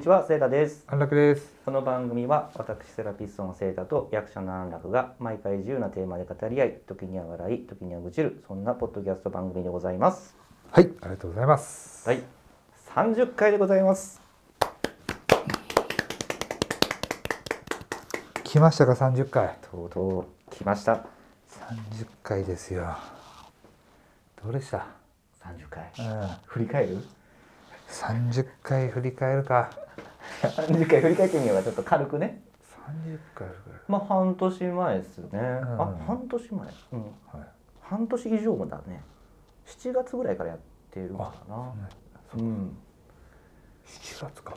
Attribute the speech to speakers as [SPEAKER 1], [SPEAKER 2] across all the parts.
[SPEAKER 1] ちは、セータです。
[SPEAKER 2] 安楽です。
[SPEAKER 1] この番組は私セラピストのセータと役者の安楽が毎回自由なテーマで語り合い、時には笑い、時には愚痴る、そんなポッドキャスト番組でございます。
[SPEAKER 2] はい、ありがとうございます。
[SPEAKER 1] はい、三十回でございます。
[SPEAKER 2] 来ましたか、三十回。
[SPEAKER 1] とうとう来ました。
[SPEAKER 2] 三十回ですよ。どうでした。
[SPEAKER 1] 三十回
[SPEAKER 2] う。ん、
[SPEAKER 1] 振り返る？
[SPEAKER 2] 三十回振り返るか。
[SPEAKER 1] 三十回振り返ってみようか、ちょっと軽くね。
[SPEAKER 2] 三十回振り
[SPEAKER 1] まあ半年前ですね。あ
[SPEAKER 2] うん、
[SPEAKER 1] 半年前。うん、
[SPEAKER 2] 返る。はい。
[SPEAKER 1] 半年以上もだね。七月ぐらいからやってるのかな。うん。
[SPEAKER 2] 七月か。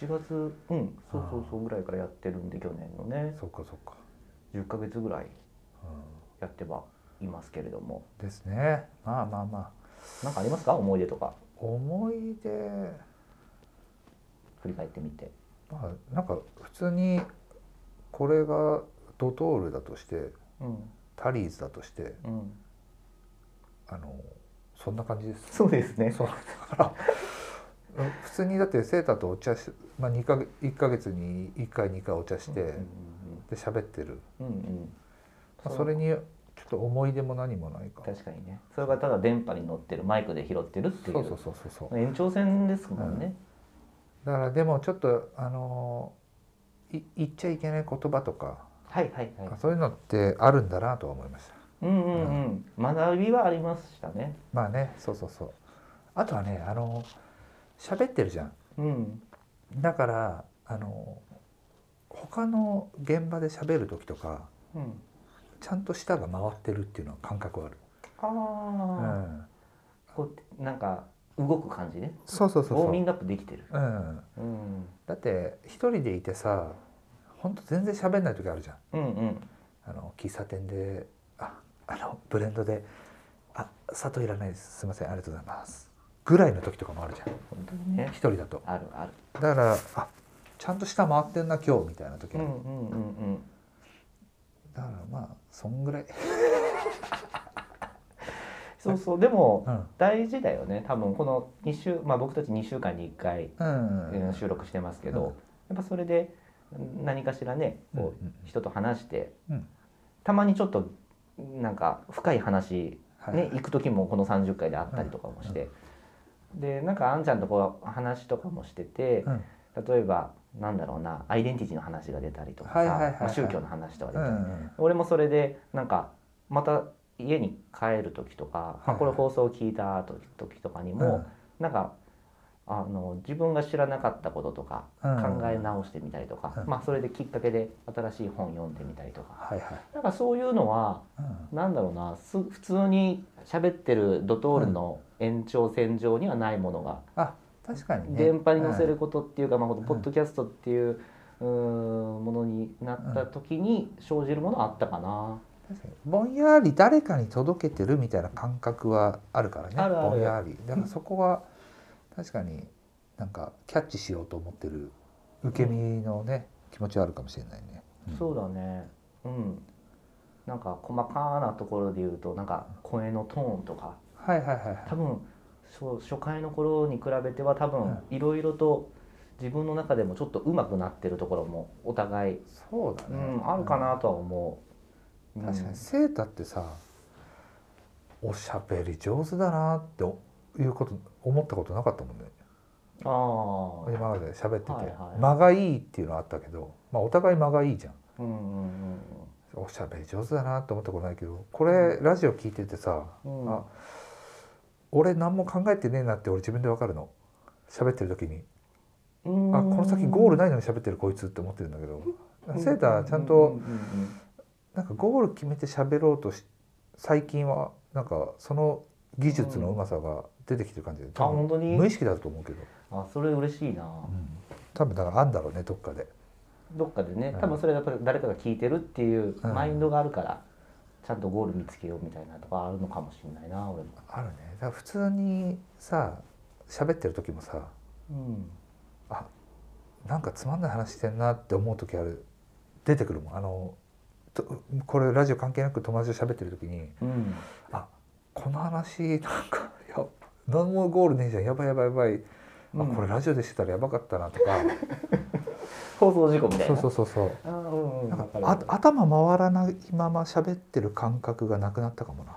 [SPEAKER 1] 7月うんそうそう
[SPEAKER 2] あー
[SPEAKER 1] そうぐらいからやってるんで去年のね
[SPEAKER 2] そっか、そっか。
[SPEAKER 1] 10ヶ月ぐらい
[SPEAKER 2] うん
[SPEAKER 1] やってはいますけれども
[SPEAKER 2] ですね。まあ、まあ、まあ。
[SPEAKER 1] 何かありますか思い出とか
[SPEAKER 2] 思い出。
[SPEAKER 1] 振り返ってみて
[SPEAKER 2] まあ、なんか、普通に。これがドトールだとして。
[SPEAKER 1] うん
[SPEAKER 2] タリーズだとして。
[SPEAKER 1] うん
[SPEAKER 2] あの。そんな感じです。
[SPEAKER 1] そうですね
[SPEAKER 2] そうだからうん普通にだってセータとお茶し、まあ、2か1か月に1回2回お茶して、で喋ってる、
[SPEAKER 1] うんうんうんうんうん
[SPEAKER 2] まあ、それにちょっと思い出も何もないか
[SPEAKER 1] 確かにねそれがただ電波に乗ってるマイクで拾ってるってい
[SPEAKER 2] そうそう
[SPEAKER 1] う
[SPEAKER 2] そうそうそう
[SPEAKER 1] 延長線ですもんね
[SPEAKER 2] だからでもちょっとあのーい言っちゃいけない言葉とか、
[SPEAKER 1] はいはいはい
[SPEAKER 2] そういうのってあるんだなとは思いました
[SPEAKER 1] うんうんうん学びはありましたね
[SPEAKER 2] まあねそうそうそうあとはねあのー喋ってるじゃん
[SPEAKER 1] うん
[SPEAKER 2] だからあのー他の現場で喋る時とか、
[SPEAKER 1] うん
[SPEAKER 2] ちゃんと舌が回ってるっていうのは感覚はある、
[SPEAKER 1] あ
[SPEAKER 2] う
[SPEAKER 1] あ
[SPEAKER 2] ん、
[SPEAKER 1] こうなんか動く感じね
[SPEAKER 2] そうそうそう
[SPEAKER 1] ウォ
[SPEAKER 2] そ
[SPEAKER 1] ー
[SPEAKER 2] う、う
[SPEAKER 1] ミン
[SPEAKER 2] ん、
[SPEAKER 1] グアップできてるうん
[SPEAKER 2] だって一人でいてさほんと全然喋んない時あるじゃん
[SPEAKER 1] うんうん
[SPEAKER 2] あの喫茶店でああのブレンドで「あ砂糖いらないですすいませんありがとうございます」ぐらいの時とかもあるじゃん
[SPEAKER 1] 本当にね
[SPEAKER 2] 一人だと
[SPEAKER 1] あるある
[SPEAKER 2] だからあちゃんと舌回ってんな今日みたいな時あ
[SPEAKER 1] う
[SPEAKER 2] る、
[SPEAKER 1] んうんうんうん
[SPEAKER 2] だからまあそんぐらい、
[SPEAKER 1] そうそうでも
[SPEAKER 2] うん
[SPEAKER 1] 大事だよね多分この2週まあ僕たち2週間に1回
[SPEAKER 2] うん
[SPEAKER 1] えー収録してますけ
[SPEAKER 2] うん
[SPEAKER 1] どやっぱそれで何かしらねこ
[SPEAKER 2] うんう
[SPEAKER 1] うん人と話して
[SPEAKER 2] うん
[SPEAKER 1] たまにちょっとなんか深い話
[SPEAKER 2] はい
[SPEAKER 1] ね行く時もこの30回であったりとかもしてでなんかあんちゃんとこう話とかもしてて
[SPEAKER 2] うん
[SPEAKER 1] 例えばなんだろうなアイデンティティの話が出たりとか
[SPEAKER 2] はいはいは
[SPEAKER 1] さ
[SPEAKER 2] いはい
[SPEAKER 1] まあ宗教の話とか出
[SPEAKER 2] う
[SPEAKER 1] たり
[SPEAKER 2] ん
[SPEAKER 1] 俺もそれでなんかまた家に帰る時とか、
[SPEAKER 2] はいはい
[SPEAKER 1] あこれ放送聞いた時時とかにも、なんかあの自分が知らなかったこととか
[SPEAKER 2] うん
[SPEAKER 1] 考え直してみたりとか、
[SPEAKER 2] うん
[SPEAKER 1] まあ、それできっかけで新しい本読んでみたりとか
[SPEAKER 2] はいはい、
[SPEAKER 1] なんかそういうのは
[SPEAKER 2] うん
[SPEAKER 1] なんだろうなす普通に喋ってるドトールの延長線上にはないものが、
[SPEAKER 2] あ確かにね
[SPEAKER 1] 電波に乗せ
[SPEAKER 2] う
[SPEAKER 1] る
[SPEAKER 2] ん
[SPEAKER 1] ことっていうか、まあ、この
[SPEAKER 2] うん
[SPEAKER 1] ポッドキャストっていう。うーんものになった時に生じるものはあったかな、
[SPEAKER 2] 確かにぼんやり誰かに届けてるみたいな感覚はあるからね
[SPEAKER 1] あるある
[SPEAKER 2] ぼんやりだからそこは確かになんかキャッチしようと思ってる受け身のね、気持ちはあるかもしれないね、ん
[SPEAKER 1] そうだねうんなんか細かなところで言うとなんか声のトーンとか
[SPEAKER 2] はいはいはいはい
[SPEAKER 1] 多分そう初回の頃に比べては多分
[SPEAKER 2] う
[SPEAKER 1] いろいろと自分の中でもちょっと上手くなってるところもお互い、
[SPEAKER 2] そうだ
[SPEAKER 1] う
[SPEAKER 2] ね、
[SPEAKER 1] ん、あるかなとは思う、
[SPEAKER 2] う
[SPEAKER 1] うん
[SPEAKER 2] ん、確かにセータってさおしゃべり上手だなっておいうこと思ったことなかったもんね
[SPEAKER 1] ああ
[SPEAKER 2] 今まで喋ってて、
[SPEAKER 1] はいはい
[SPEAKER 2] 間がいいっていうのはあったけど、まあ、お互い間がいいじゃん
[SPEAKER 1] うんうん
[SPEAKER 2] おしゃべり上手だなと思ったことないけどこれラジオ聞いててさ、
[SPEAKER 1] うんうん
[SPEAKER 2] あ俺何も考えてねえなって俺自分でわかるの喋ってる時に、
[SPEAKER 1] うん
[SPEAKER 2] あこの先ゴールないのに喋ってるこいつって思ってるんだけど、セーターちゃんと、
[SPEAKER 1] うんうんうん
[SPEAKER 2] なんかゴール決めて喋ろうとし最近はなんかその技術のうまさが出てきてる感じで、多分
[SPEAKER 1] 本当に
[SPEAKER 2] 無意識だと思うけど、
[SPEAKER 1] うんあそれ嬉しいな、
[SPEAKER 2] 多分だからあんだろうねどっかで
[SPEAKER 1] どっかでね
[SPEAKER 2] うん
[SPEAKER 1] 多分それやっぱり誰かが聞いてるっていう
[SPEAKER 2] うん
[SPEAKER 1] マインドがあるから、ちゃんとゴール見つけようみたいなとかあるのかもしれないな俺も、
[SPEAKER 2] あるねだから普通にさ喋ってる時もさ
[SPEAKER 1] うん、
[SPEAKER 2] あなんかつまんない話してんなって思う時ある出てくるもんあのとこれラジオ関係なく友達と喋ってる時に
[SPEAKER 1] うん、
[SPEAKER 2] あこの話なんかや何もゴールねえじゃんやばいやばいやばいあこれラジオでしてたらやばかったなとか
[SPEAKER 1] 放送事故みたい
[SPEAKER 2] そ
[SPEAKER 1] な
[SPEAKER 2] うそうそうそう
[SPEAKER 1] あーうんうん
[SPEAKER 2] なんか
[SPEAKER 1] わかる
[SPEAKER 2] あ頭回らないまま喋ってる感覚がなくなったかもな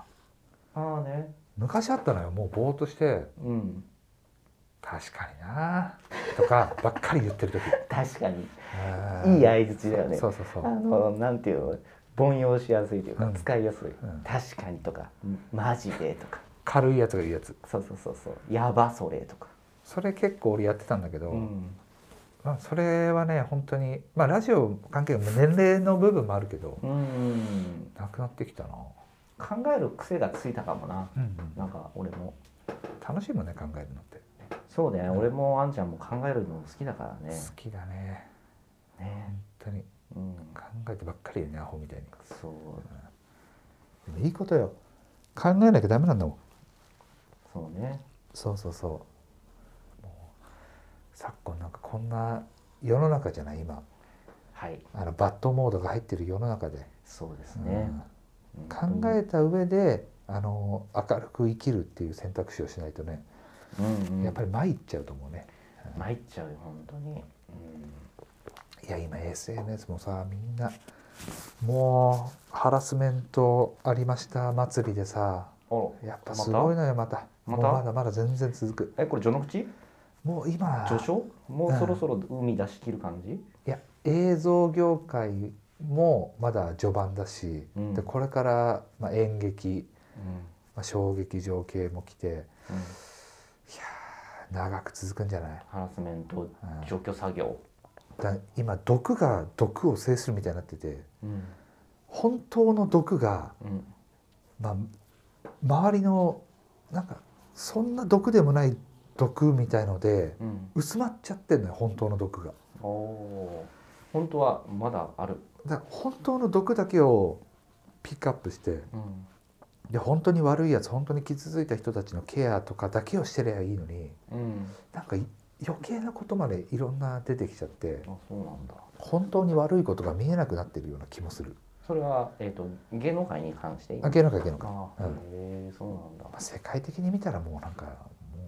[SPEAKER 1] ああね
[SPEAKER 2] 昔あったのよもうぼーっとして
[SPEAKER 1] うん
[SPEAKER 2] 「確かにな」とか ばっかり言ってる時
[SPEAKER 1] 確かに
[SPEAKER 2] うん
[SPEAKER 1] いい相槌だよね
[SPEAKER 2] そうそうそ
[SPEAKER 1] あ
[SPEAKER 2] う
[SPEAKER 1] のなんていうの凡庸しやすいというか、
[SPEAKER 2] うん
[SPEAKER 1] 使いやすい、
[SPEAKER 2] ん
[SPEAKER 1] 確かにとか、マジでとか
[SPEAKER 2] 軽いやつが言うやつ
[SPEAKER 1] そうそうそうそうやばそれとか
[SPEAKER 2] それ結構俺やってたんだけど、
[SPEAKER 1] うん
[SPEAKER 2] まあ、それはね本当にまあラジオ関係年齢の部分もあるけど
[SPEAKER 1] うん
[SPEAKER 2] なくなってきたな、
[SPEAKER 1] 考える癖がついたかもななんか俺も
[SPEAKER 2] 楽しいもんね考えるのって
[SPEAKER 1] そうね、俺もあんちゃんも考えるの好きだから
[SPEAKER 2] 好
[SPEAKER 1] ね
[SPEAKER 2] きだね
[SPEAKER 1] ね
[SPEAKER 2] 本当に
[SPEAKER 1] うん
[SPEAKER 2] 考えてばっかりでねアホみたいに
[SPEAKER 1] そう
[SPEAKER 2] でもいいことよ考えなきゃダメなんだもん
[SPEAKER 1] そうね
[SPEAKER 2] そうそうそうもう昨今なんかこんな世の中じゃない今
[SPEAKER 1] はい
[SPEAKER 2] あのバッドモードが入ってる世の中で、
[SPEAKER 1] そうです
[SPEAKER 2] うん
[SPEAKER 1] ね、
[SPEAKER 2] 考えた上であの明るく生きるっていう選択肢をしないとね、
[SPEAKER 1] え、うんうん、
[SPEAKER 2] やっぱ
[SPEAKER 1] り
[SPEAKER 2] り参っちゃうと思うね
[SPEAKER 1] 参っちゃうよ本当に、
[SPEAKER 2] いや今 SNS もさみんなもうハラスメントありました祭りでさ
[SPEAKER 1] うん、あら
[SPEAKER 2] やっぱすごいのよまた
[SPEAKER 1] ま
[SPEAKER 2] もう
[SPEAKER 1] た
[SPEAKER 2] まだまだ全然続く
[SPEAKER 1] えこれ序の口
[SPEAKER 2] もう今
[SPEAKER 1] 序章もうそろそろ海出し切る感じ
[SPEAKER 2] いや映像業界もまだ序盤だし、
[SPEAKER 1] うん
[SPEAKER 2] でこれから、まあ、演劇、
[SPEAKER 1] うん
[SPEAKER 2] まあ、小劇場系も来て
[SPEAKER 1] うん
[SPEAKER 2] 長く続くんじゃない
[SPEAKER 1] ハラスメント
[SPEAKER 2] うん
[SPEAKER 1] 除去作業、
[SPEAKER 2] だ今毒が毒を制するみたいになってて
[SPEAKER 1] うん
[SPEAKER 2] 本当の毒が、
[SPEAKER 1] うん、
[SPEAKER 2] まあ、周りのなんかそんな毒でもない毒みたいので
[SPEAKER 1] うん、
[SPEAKER 2] 薄まっちゃってんのよ本当の毒が。
[SPEAKER 1] おおー本当はまだある、
[SPEAKER 2] だから本当の毒だけをピックアップして
[SPEAKER 1] うん、
[SPEAKER 2] で本当に悪いやつ本当に傷ついた人たちのケアとかだけをしてりゃいいのに
[SPEAKER 1] うん、
[SPEAKER 2] なんかい余計なことまでいろんな出てきちゃって
[SPEAKER 1] あそうなんだ
[SPEAKER 2] 本当に悪いことが見えなくなってるような気もする
[SPEAKER 1] それは、えー、と芸能界に関して
[SPEAKER 2] あ芸能界芸能界、ま
[SPEAKER 1] あ、
[SPEAKER 2] うん
[SPEAKER 1] へえそうなんだ
[SPEAKER 2] あ、世界的に見たらもうなんかも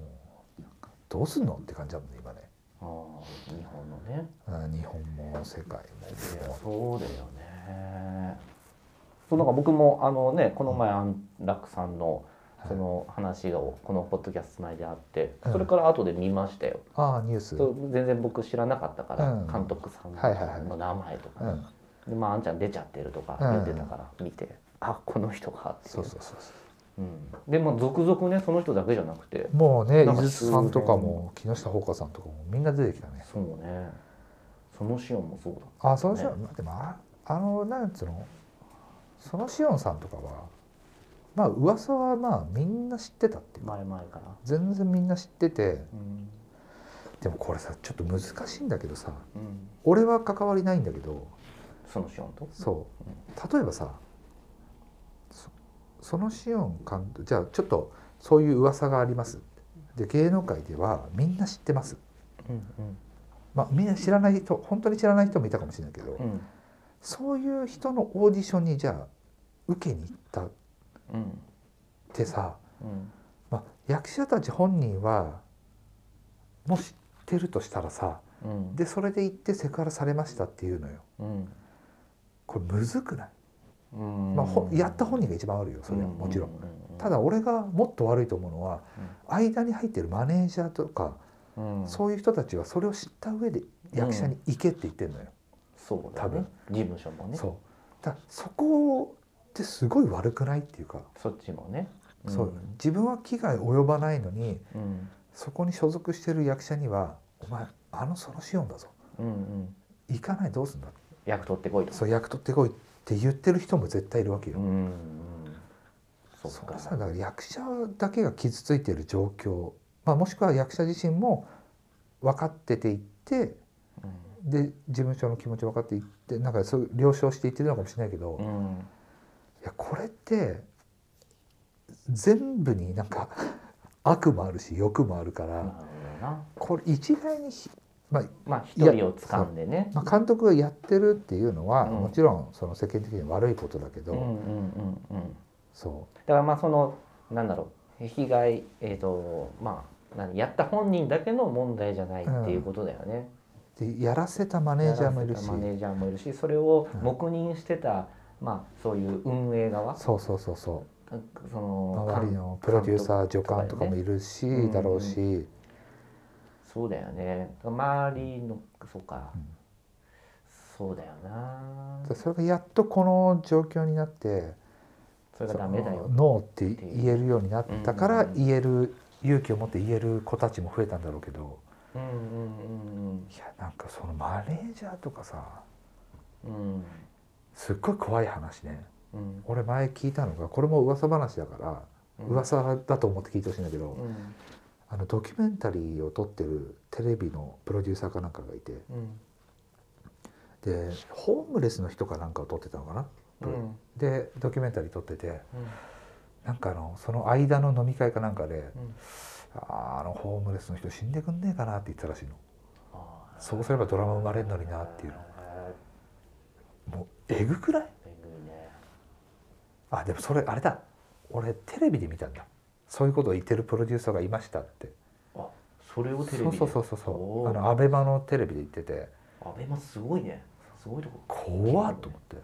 [SPEAKER 2] うなんかどうすんのって感じだもんね今ね、
[SPEAKER 1] あー日本のね
[SPEAKER 2] うん、日本も世界も
[SPEAKER 1] そうだよねそうなんか僕もあのねこの前安楽さんの
[SPEAKER 2] はい
[SPEAKER 1] その話をこのポッドキャスト内であって
[SPEAKER 2] うん
[SPEAKER 1] それから後で見ましたよ、
[SPEAKER 2] ああニュース、
[SPEAKER 1] そうう全然僕知らなかったから、
[SPEAKER 2] うん
[SPEAKER 1] 監督さん
[SPEAKER 2] はいはいはい
[SPEAKER 1] の名前とか、
[SPEAKER 2] ん、
[SPEAKER 1] でまああんちゃん出ちゃってるとか
[SPEAKER 2] うん
[SPEAKER 1] 言ってたから見て、あこの人かってい
[SPEAKER 2] そうそうそうそう
[SPEAKER 1] う、うん、でも続々ねその人だけじゃなくて
[SPEAKER 2] もうね伊
[SPEAKER 1] なんか
[SPEAKER 2] 豆さんとかも木下ほうかさんとかもみんな出てきたね
[SPEAKER 1] そうねそのシオンもそうだ
[SPEAKER 2] あそのシ
[SPEAKER 1] ね
[SPEAKER 2] オン、まあでもああのなんつうのそのシオンさんとかはまあ噂はまあみんな知ってたっていうか
[SPEAKER 1] 前々から
[SPEAKER 2] 全然みんな知ってて
[SPEAKER 1] うん、
[SPEAKER 2] でもこれさちょっと難しいんだけどさ
[SPEAKER 1] うん、
[SPEAKER 2] 俺は関わりないんだけど
[SPEAKER 1] そのシオンと
[SPEAKER 2] そう例えばさそそのシオン監督じゃあちょっとそういう噂がありますで芸能界ではみんな知ってます
[SPEAKER 1] うん
[SPEAKER 2] まあみんな知らない人本当に知らない人もいたかもしれないけど、
[SPEAKER 1] うんうん
[SPEAKER 2] そういう人のオーディションにじゃあ受けに行ったっ
[SPEAKER 1] うん
[SPEAKER 2] てさ、
[SPEAKER 1] うん
[SPEAKER 2] まあ、役者たち本人はもし知ってるとしたらさ
[SPEAKER 1] うん
[SPEAKER 2] でそれで行ってセクハラされましたっていうのよ
[SPEAKER 1] うん
[SPEAKER 2] これむずくない、
[SPEAKER 1] うん
[SPEAKER 2] まあ、ほやった本人が一番悪いよそれはもちろん。ただ俺がもっと悪いと思うのは、間に入ってるマネージャーとか、
[SPEAKER 1] うん
[SPEAKER 2] そういう人たちはそれを知った上で役者に行けって言ってるのよ。
[SPEAKER 1] そうだ
[SPEAKER 2] 多
[SPEAKER 1] ね
[SPEAKER 2] 分
[SPEAKER 1] 事務所もね
[SPEAKER 2] そうだからそこってすごい悪くないっていうか、
[SPEAKER 1] そっちもね
[SPEAKER 2] そう自分は危害及ばないのに
[SPEAKER 1] うん
[SPEAKER 2] そこに所属してる役者には「お前あのソロシオンだぞ
[SPEAKER 1] うんうん
[SPEAKER 2] 行かないどうすんだ」
[SPEAKER 1] 役取ってこいと
[SPEAKER 2] そう役取ってこいって言ってる人も絶対いるわけよ。
[SPEAKER 1] うんうんそう
[SPEAKER 2] そ
[SPEAKER 1] か
[SPEAKER 2] れさだから役者だけが傷ついている状況、まあ、もしくは役者自身も分かってていってで事務所の気持ち分かっていってなんかそういう了承していってるのかもしれないけど、
[SPEAKER 1] う
[SPEAKER 2] い
[SPEAKER 1] んうん
[SPEAKER 2] やこれって全部になんか 悪もあるし欲もあるから、
[SPEAKER 1] なるほどな
[SPEAKER 2] これ一概にひ、まあ
[SPEAKER 1] まあ一人を掴んでね
[SPEAKER 2] まあ、監督がやってるっていうのは、
[SPEAKER 1] うん
[SPEAKER 2] もちろんその世間的に悪いことだけど、
[SPEAKER 1] うんうんうんうん
[SPEAKER 2] そ
[SPEAKER 1] だからまあそのなんだろう被害えっ、とまあ何やった本人だけの問題じゃないっていうことだよね。
[SPEAKER 2] でやらせたマネージャーもいるし
[SPEAKER 1] マネージャーもいるしそれを
[SPEAKER 2] うん
[SPEAKER 1] 黙認してた、まあ、そういう運営側
[SPEAKER 2] そうそうそうそ
[SPEAKER 1] そうの
[SPEAKER 2] 周りのプロデューサー助監とかもいるし、
[SPEAKER 1] ねうん
[SPEAKER 2] だろうし、
[SPEAKER 1] そうだよね周りのそうか、
[SPEAKER 2] うん
[SPEAKER 1] そうだよな
[SPEAKER 2] それがやっとこの状況になって
[SPEAKER 1] それがダメだ
[SPEAKER 2] そ
[SPEAKER 1] よ
[SPEAKER 2] のノーって言えるようになったから
[SPEAKER 1] うん
[SPEAKER 2] 言える勇気を持って言える子たちも増えたんだろうけど
[SPEAKER 1] うんうん
[SPEAKER 2] いやなんかそのマネージャーとかさ
[SPEAKER 1] うんうん
[SPEAKER 2] すっごい怖い話ね
[SPEAKER 1] うん
[SPEAKER 2] 俺前聞いたのがこれも噂話だから、
[SPEAKER 1] うん
[SPEAKER 2] 噂だと思って聞いてほしいんだけど、
[SPEAKER 1] うん
[SPEAKER 2] あのドキュメンタリーを撮ってるテレビのプロデューサーかなんかがいて
[SPEAKER 1] うん
[SPEAKER 2] でホームレスの人かなんかを撮ってたのかな、
[SPEAKER 1] うん
[SPEAKER 2] でドキュメンタリー撮ってて
[SPEAKER 1] うん
[SPEAKER 2] なんかあのその間の飲み会かなんかで
[SPEAKER 1] うん
[SPEAKER 2] 「あーあのホームレスの人死んでくんねえかな」って言ってたらしいの
[SPEAKER 1] あー
[SPEAKER 2] そうすればドラマ生まれるのになっていう
[SPEAKER 1] あ
[SPEAKER 2] のもうえぐくない
[SPEAKER 1] ーえぐいね
[SPEAKER 2] あでもそれあれだ俺テレビで見たんだそういうことを言ってるプロデューサーがいましたって
[SPEAKER 1] あそれをテレビ
[SPEAKER 2] そう
[SPEAKER 1] で
[SPEAKER 2] そうそう
[SPEAKER 1] お
[SPEAKER 2] そうそう
[SPEAKER 1] ー
[SPEAKER 2] あのアベマのテレビで言ってて
[SPEAKER 1] アベマすごいねすごいとこ
[SPEAKER 2] 怖っと思って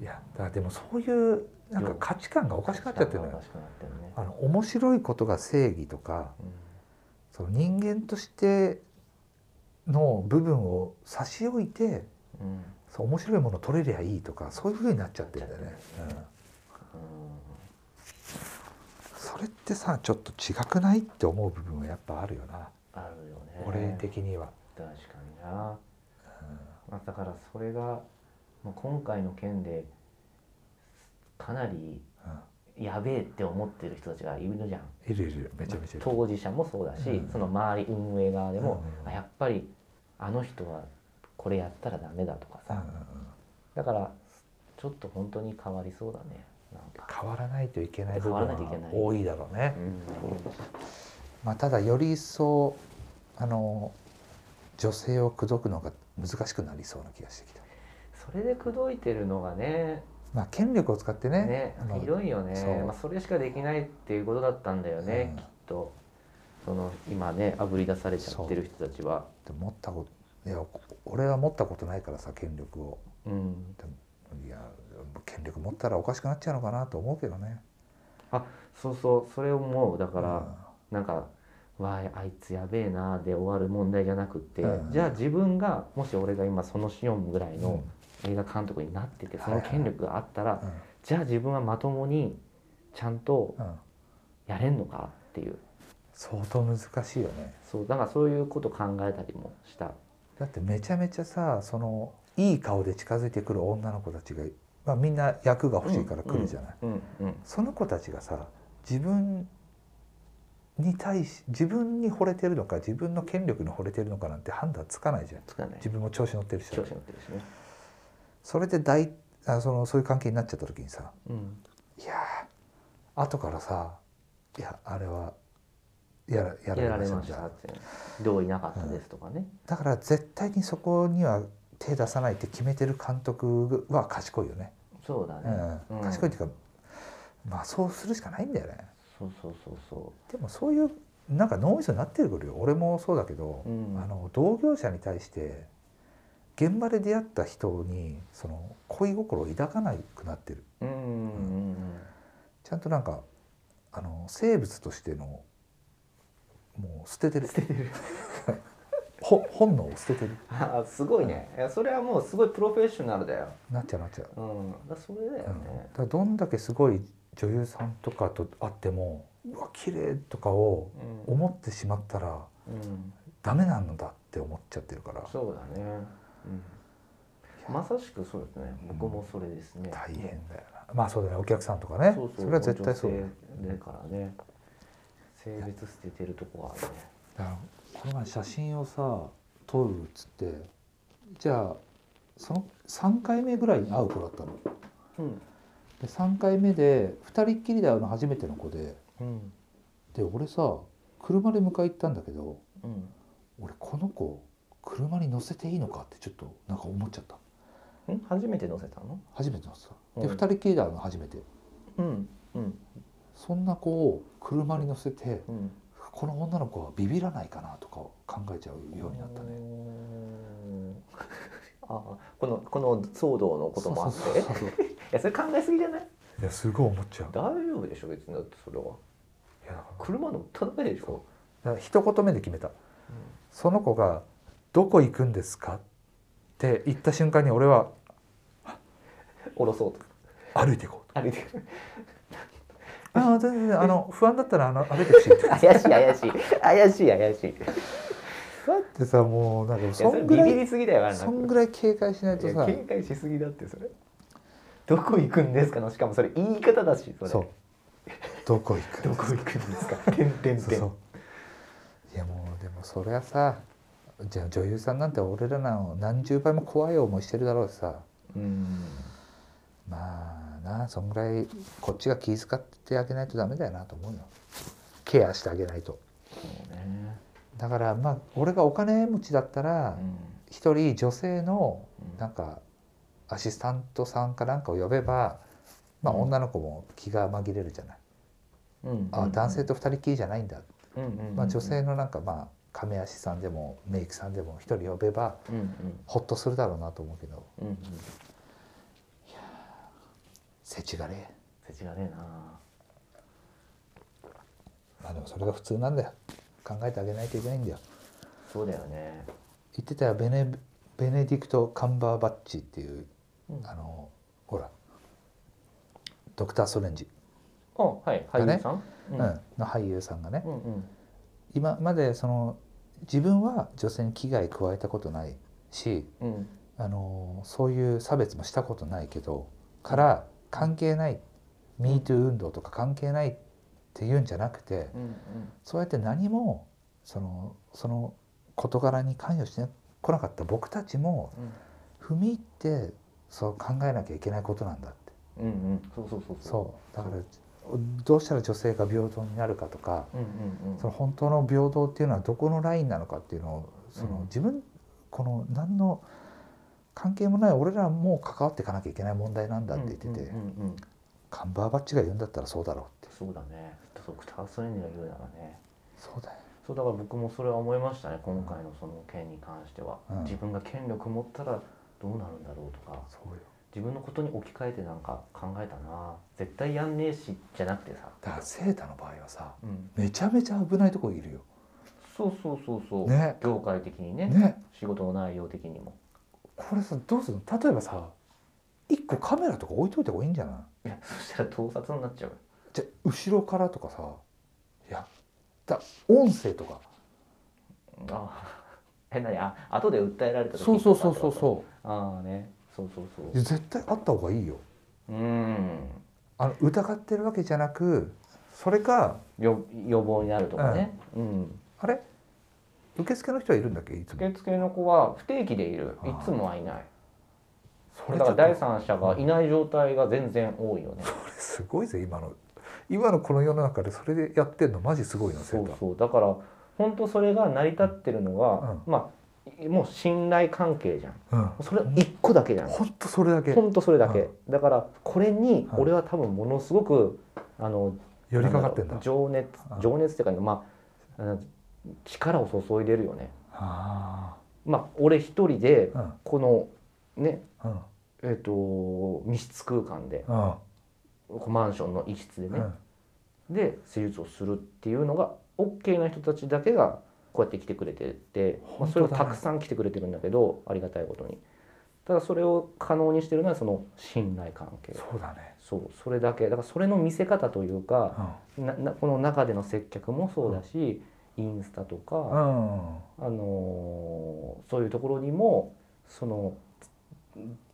[SPEAKER 2] いやだからでもそういうなんか価値観がおかしくなっちゃってるの
[SPEAKER 1] お
[SPEAKER 2] よ
[SPEAKER 1] かしくなってるね
[SPEAKER 2] あの面白いことが正義とかその人間としての部分を差し置いて
[SPEAKER 1] うんうん
[SPEAKER 2] そう面白いものを取れりゃいいとかそういうふうになっちゃってるんだよね、うん、それってさちょっと違くないって思う部分はやっぱあるよな、
[SPEAKER 1] あるよね
[SPEAKER 2] 俺的には、
[SPEAKER 1] 確かにな、まあ、だからそれがもう今回の件でかなり
[SPEAKER 2] う
[SPEAKER 1] やべえって思ってる人たちがいるじゃん
[SPEAKER 2] ん、いるいるめちゃめちゃいる、
[SPEAKER 1] 当事者もそうだし、
[SPEAKER 2] うん
[SPEAKER 1] その周り運営側でも、
[SPEAKER 2] うん
[SPEAKER 1] あやっぱりあの人はこれやったらダメだとか
[SPEAKER 2] うん
[SPEAKER 1] さ、だからちょっと本当に変わりそうだねなんか、
[SPEAKER 2] 変わらないといけない部分
[SPEAKER 1] 変わらないといけな
[SPEAKER 2] はい多いだろうね、
[SPEAKER 1] うん
[SPEAKER 2] まあ、ただより一層あの女性を口説くのが難しくなりそうな気がしてきた、
[SPEAKER 1] それで口説いてるのがね
[SPEAKER 2] まあ、権力を使ってね
[SPEAKER 1] ね
[SPEAKER 2] あの
[SPEAKER 1] ひどいよ
[SPEAKER 2] そう
[SPEAKER 1] ね、まあ、それしかできないっていうことだったんだよね、
[SPEAKER 2] う
[SPEAKER 1] き
[SPEAKER 2] ん
[SPEAKER 1] っとその今ねあぶり出されちゃってる人たちは
[SPEAKER 2] でも持ったこといやこ俺は持ったことないからさ権力を
[SPEAKER 1] うん
[SPEAKER 2] いや権力持ったらおかしくなっちゃうのかなと思うけどね
[SPEAKER 1] そうそうそれ思うだから、
[SPEAKER 2] うん
[SPEAKER 1] なんか「わああいつやべえな」で終わる問題じゃなくって、
[SPEAKER 2] うん
[SPEAKER 1] じゃあ自分がもし俺が今そのシオンぐらい
[SPEAKER 2] うん
[SPEAKER 1] の映画監督になってて、
[SPEAKER 2] は
[SPEAKER 1] そ
[SPEAKER 2] いは
[SPEAKER 1] の
[SPEAKER 2] い
[SPEAKER 1] 権力があったら、
[SPEAKER 2] うん
[SPEAKER 1] じゃあ自分はまともにちゃんと
[SPEAKER 2] うん
[SPEAKER 1] やれんのかっていう
[SPEAKER 2] 相当難しいよね
[SPEAKER 1] そうだからそういうこと考えたりもした。
[SPEAKER 2] だってめちゃめちゃさそのいい顔で近づいてくる女の子たちが、まあ、みんな役が欲しいから来るじゃない、
[SPEAKER 1] うんうん
[SPEAKER 2] その子たちがさ自分に対し自分に惚れてるのか自分の権力に惚れてるのかなんて判断つかないじゃん
[SPEAKER 1] つかない
[SPEAKER 2] 自分も調子乗ってるし
[SPEAKER 1] 調子乗ってるしね。
[SPEAKER 2] それで大あそのそういう関係になっちゃった時にさ
[SPEAKER 1] うん
[SPEAKER 2] いやー後からさ「いやあれはやらや
[SPEAKER 1] や
[SPEAKER 2] ら
[SPEAKER 1] ら
[SPEAKER 2] れ
[SPEAKER 1] れ
[SPEAKER 2] ま
[SPEAKER 1] ま
[SPEAKER 2] し
[SPEAKER 1] したた
[SPEAKER 2] ね
[SPEAKER 1] って同意なかったですとかね、」
[SPEAKER 2] だから絶対にそこには手出さないって決めてる監督は賢いよね、
[SPEAKER 1] そうだ
[SPEAKER 2] う
[SPEAKER 1] ね、
[SPEAKER 2] ん
[SPEAKER 1] うん
[SPEAKER 2] 賢いっていうかまあそうするしかないんだよね
[SPEAKER 1] そうそうそうそ
[SPEAKER 2] でもそういうなんか脳みそになってくるよ俺もそうだけど、
[SPEAKER 1] うん
[SPEAKER 2] あの同業者に対して現場で出会った人にその恋心を抱かなくなってる
[SPEAKER 1] ううんうんうん
[SPEAKER 2] ちゃんとなんかあの生物としてのもう捨ててる
[SPEAKER 1] 捨ててる
[SPEAKER 2] ほ本能を捨ててる
[SPEAKER 1] あーすごいね、いやそれはもうすごいプロフェッショナルだよ、
[SPEAKER 2] なっちゃうなっちゃう、
[SPEAKER 1] うん、だからそれだよ
[SPEAKER 2] うん、だ
[SPEAKER 1] ね、
[SPEAKER 2] からどんだけすごい女優さんとかと会ってもうわ綺麗とかを
[SPEAKER 1] うん
[SPEAKER 2] 思ってしまったら
[SPEAKER 1] うん
[SPEAKER 2] ダメなのだって思っちゃってるから
[SPEAKER 1] そうだね、うん、まさしくそうですね僕もそれですね、
[SPEAKER 2] 大変だよなまあそうだねお客さんとかねそれは絶対そうだ
[SPEAKER 1] 女
[SPEAKER 2] よ
[SPEAKER 1] 性だからね性別捨ててるとこはあるね
[SPEAKER 2] だからこの前写真をさ撮るっつってじゃあその3回目ぐらいに会う子だったの
[SPEAKER 1] うん
[SPEAKER 2] で3回目で2人っきりで会うの初めての子で
[SPEAKER 1] うん
[SPEAKER 2] で俺さ車で迎え行ったんだけど
[SPEAKER 1] うん
[SPEAKER 2] 俺この子車に乗せていいのかってちょっとなんか思っちゃった
[SPEAKER 1] ん初めて乗せたの
[SPEAKER 2] 初めて乗せた
[SPEAKER 1] う
[SPEAKER 2] で
[SPEAKER 1] ん
[SPEAKER 2] 2人っきりで会うの初めて
[SPEAKER 1] うんうん
[SPEAKER 2] そんな子を車に乗せて
[SPEAKER 1] うん、
[SPEAKER 2] この女の子はビビらないかなとか考えちゃうようになったね。
[SPEAKER 1] ね。 ああ、このこの騒動のこともあって、
[SPEAKER 2] そうそうそうそ う
[SPEAKER 1] いやそれ考えすぎじゃない？
[SPEAKER 2] いやすごい思っちゃう。
[SPEAKER 1] 大丈夫でしょ別にだってそれは。
[SPEAKER 2] いやだか
[SPEAKER 1] 車乗っただけでしょ。
[SPEAKER 2] らだから一言目で決めた。その子がどこ行くんですかって言った瞬間に俺は
[SPEAKER 1] 降ろそうと。
[SPEAKER 2] 歩いていこう
[SPEAKER 1] 歩いてくる。
[SPEAKER 2] と。ああ全然あの不安だったらあの歩いてほしいって。
[SPEAKER 1] 怪しい怪しい怪しい怪しい。い
[SPEAKER 2] でさもうなんか
[SPEAKER 1] や
[SPEAKER 2] そ
[SPEAKER 1] それ
[SPEAKER 2] んぐ
[SPEAKER 1] ビ
[SPEAKER 2] ら
[SPEAKER 1] ビ
[SPEAKER 2] い
[SPEAKER 1] りすぎだよあれ
[SPEAKER 2] そんぐらい警戒しないと
[SPEAKER 1] いや
[SPEAKER 2] さ
[SPEAKER 1] 警。戒しすぎだってそれ。どこ行くんですかのしかもそれ言い方だしそれ。
[SPEAKER 2] そう。どこ行く
[SPEAKER 1] どこ行くんですか。てんてん
[SPEAKER 2] そう
[SPEAKER 1] て
[SPEAKER 2] そ
[SPEAKER 1] ん。
[SPEAKER 2] ういやもうでもそりゃさじゃあ女優さんなんて俺らの何十倍も怖い思いしてるだろうしさ
[SPEAKER 1] うん。
[SPEAKER 2] まあなそんぐらいこっちが気遣ってあげないとダメだよなと思うよケアしてあげないと
[SPEAKER 1] そうね。
[SPEAKER 2] だからまあ俺がお金持ちだった
[SPEAKER 1] う
[SPEAKER 2] ら
[SPEAKER 1] ん。
[SPEAKER 2] 一人女性の
[SPEAKER 1] うん
[SPEAKER 2] なんかアシスタントさんかなんかを呼べばまあ
[SPEAKER 1] うん
[SPEAKER 2] 女の子も気が紛れるじゃない、
[SPEAKER 1] うん
[SPEAKER 2] あ男性、と二人きりじゃないんだ
[SPEAKER 1] うんうんうん
[SPEAKER 2] まあ、女性のなんかまあ亀足さんでもメイクさんでも一人呼べば
[SPEAKER 1] うんうん
[SPEAKER 2] ほっとするだろうなと思うけど
[SPEAKER 1] うんうん
[SPEAKER 2] 世知がれ
[SPEAKER 1] 世知がねえな
[SPEAKER 2] まあでもそれが普通なんだよ考えてあげないといけないんだよ
[SPEAKER 1] そうだよね
[SPEAKER 2] 言ってたよベネベネディクト・カンバーバッチっていう
[SPEAKER 1] うん
[SPEAKER 2] あのほらドクター・ソレンジ、
[SPEAKER 1] あはい
[SPEAKER 2] だね
[SPEAKER 1] 俳優さん、
[SPEAKER 2] う
[SPEAKER 1] うん
[SPEAKER 2] の俳優さんがね
[SPEAKER 1] うんうん
[SPEAKER 2] 今までその自分は女性に危害加えたことないし
[SPEAKER 1] うん
[SPEAKER 2] あのそういう差別もしたことないけどから関係ない MeToo 運動とか関係ないっていうんじゃなくて
[SPEAKER 1] うん
[SPEAKER 2] そうやって何もそのその事柄に関与してこなかった僕たちも踏み入ってそう考えなきゃいけないことなんだって
[SPEAKER 1] うんうんうんそうそうそう
[SPEAKER 2] そうだからどうしたら女性が平等になるかとか
[SPEAKER 1] ううんうんうん
[SPEAKER 2] その本当の平等っていうのはどこのラインなのかっていうのをそうの
[SPEAKER 1] ん
[SPEAKER 2] 自分この何の関係もない俺らも関わっていかなきゃいけない問題なんだって言ってて
[SPEAKER 1] うんうんうんうん
[SPEAKER 2] カンバーバッチが言うんだったらそうだろうって
[SPEAKER 1] そうだねドクター・ストレンジが言うならね
[SPEAKER 2] そうだよ
[SPEAKER 1] そうだから僕もそれは思いましたね今回のその件に関しては、
[SPEAKER 2] うん
[SPEAKER 1] 自分が権力持ったらどうなるんだろうとか
[SPEAKER 2] そうよ
[SPEAKER 1] 自分のことに置き換えてなんか考えたな絶対やんねえしじゃなくてさ、
[SPEAKER 2] だからセータの場合はさ
[SPEAKER 1] うん、
[SPEAKER 2] めちゃめちゃ危ないとこいるよ
[SPEAKER 1] そうそうそうそう、
[SPEAKER 2] ね
[SPEAKER 1] 業界的にね
[SPEAKER 2] ね
[SPEAKER 1] 仕事の内容的にも
[SPEAKER 2] これさどうするの例えばさ一個カメラとか置いといた方がいいんじゃな
[SPEAKER 1] い
[SPEAKER 2] い
[SPEAKER 1] やそしたら盗撮になっちゃう
[SPEAKER 2] じゃあ後ろからとかさいやだ音声とか
[SPEAKER 1] ああ え何あ後で訴えられた時
[SPEAKER 2] そうそうそうそう
[SPEAKER 1] う
[SPEAKER 2] そ
[SPEAKER 1] ああねそうそうそう
[SPEAKER 2] う絶対あった方がいいよ
[SPEAKER 1] うーん
[SPEAKER 2] あの疑ってるわけじゃなくそれか
[SPEAKER 1] よ予防になるとかね、うん、
[SPEAKER 2] あれ受付の人はいるんだっけいつも
[SPEAKER 1] 受付の子は不定期でいる
[SPEAKER 2] あ
[SPEAKER 1] い
[SPEAKER 2] ー
[SPEAKER 1] つもはいないだ
[SPEAKER 2] それ
[SPEAKER 1] から
[SPEAKER 2] ちょっと
[SPEAKER 1] 第三者がいない状態が全然多いよね
[SPEAKER 2] これすごいぜ今の今のこの世の中でそれでやってんのマジすごいなセ
[SPEAKER 1] そ
[SPEAKER 2] ー
[SPEAKER 1] う
[SPEAKER 2] ター
[SPEAKER 1] そうだから本当それが成り立ってるのが、まあもう信頼関係じゃん
[SPEAKER 2] うん
[SPEAKER 1] それ一個だけじゃん
[SPEAKER 2] ほんとそれだけ
[SPEAKER 1] 本当それだけ、
[SPEAKER 2] うん
[SPEAKER 1] だからこれに
[SPEAKER 2] はい
[SPEAKER 1] 俺は多分ものすごく、あの
[SPEAKER 2] 寄りかかってん
[SPEAKER 1] なん
[SPEAKER 2] だ
[SPEAKER 1] ろう情熱
[SPEAKER 2] うん
[SPEAKER 1] 情熱っていうかまああの力を注いでるよね
[SPEAKER 2] あ
[SPEAKER 1] まあ俺一人で
[SPEAKER 2] あ
[SPEAKER 1] このね
[SPEAKER 2] うんうん
[SPEAKER 1] えっ、と密室空間で
[SPEAKER 2] うん
[SPEAKER 1] こうマンションの一室で
[SPEAKER 2] う
[SPEAKER 1] ね、
[SPEAKER 2] ん
[SPEAKER 1] で施術をするっていうのが OK な人たちだけがこうやって来てくれてて、まあ、
[SPEAKER 2] 本
[SPEAKER 1] それ
[SPEAKER 2] 当だね
[SPEAKER 1] をたくさん来てくれてるんだけどありがたいことにただそれを可能にしてるのはその信頼関係
[SPEAKER 2] そうだね
[SPEAKER 1] そうそれだけだからそれの見せ方というかななこの中での接客もそうだし、インスタと
[SPEAKER 2] う
[SPEAKER 1] か、
[SPEAKER 2] んうん
[SPEAKER 1] あのーそういうところにもその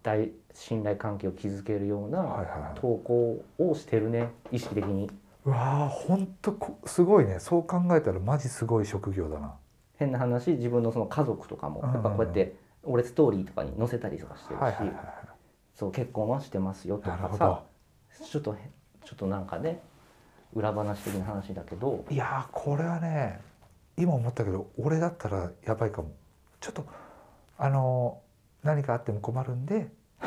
[SPEAKER 1] 大信頼関係を築けるよう
[SPEAKER 2] はい
[SPEAKER 1] な
[SPEAKER 2] はいはい
[SPEAKER 1] 投稿をしてるね意識的に
[SPEAKER 2] うわあほんとこすごいねそう考えたらマジすごい職業だな
[SPEAKER 1] 変な話自分のその家族とかも
[SPEAKER 2] うんうん
[SPEAKER 1] やっぱこうやって俺ストーリーとかに載せたりとかしてるし、
[SPEAKER 2] はいはいはい
[SPEAKER 1] そう結婚はしてますよと
[SPEAKER 2] なる
[SPEAKER 1] か
[SPEAKER 2] ほ
[SPEAKER 1] さ
[SPEAKER 2] ど
[SPEAKER 1] ちょっとへちょっとなんかね裏話的な話だけど。
[SPEAKER 2] いやーこれはね今思ったけど俺だったらやばいかもちょっとあの ー何かあっても困るんであ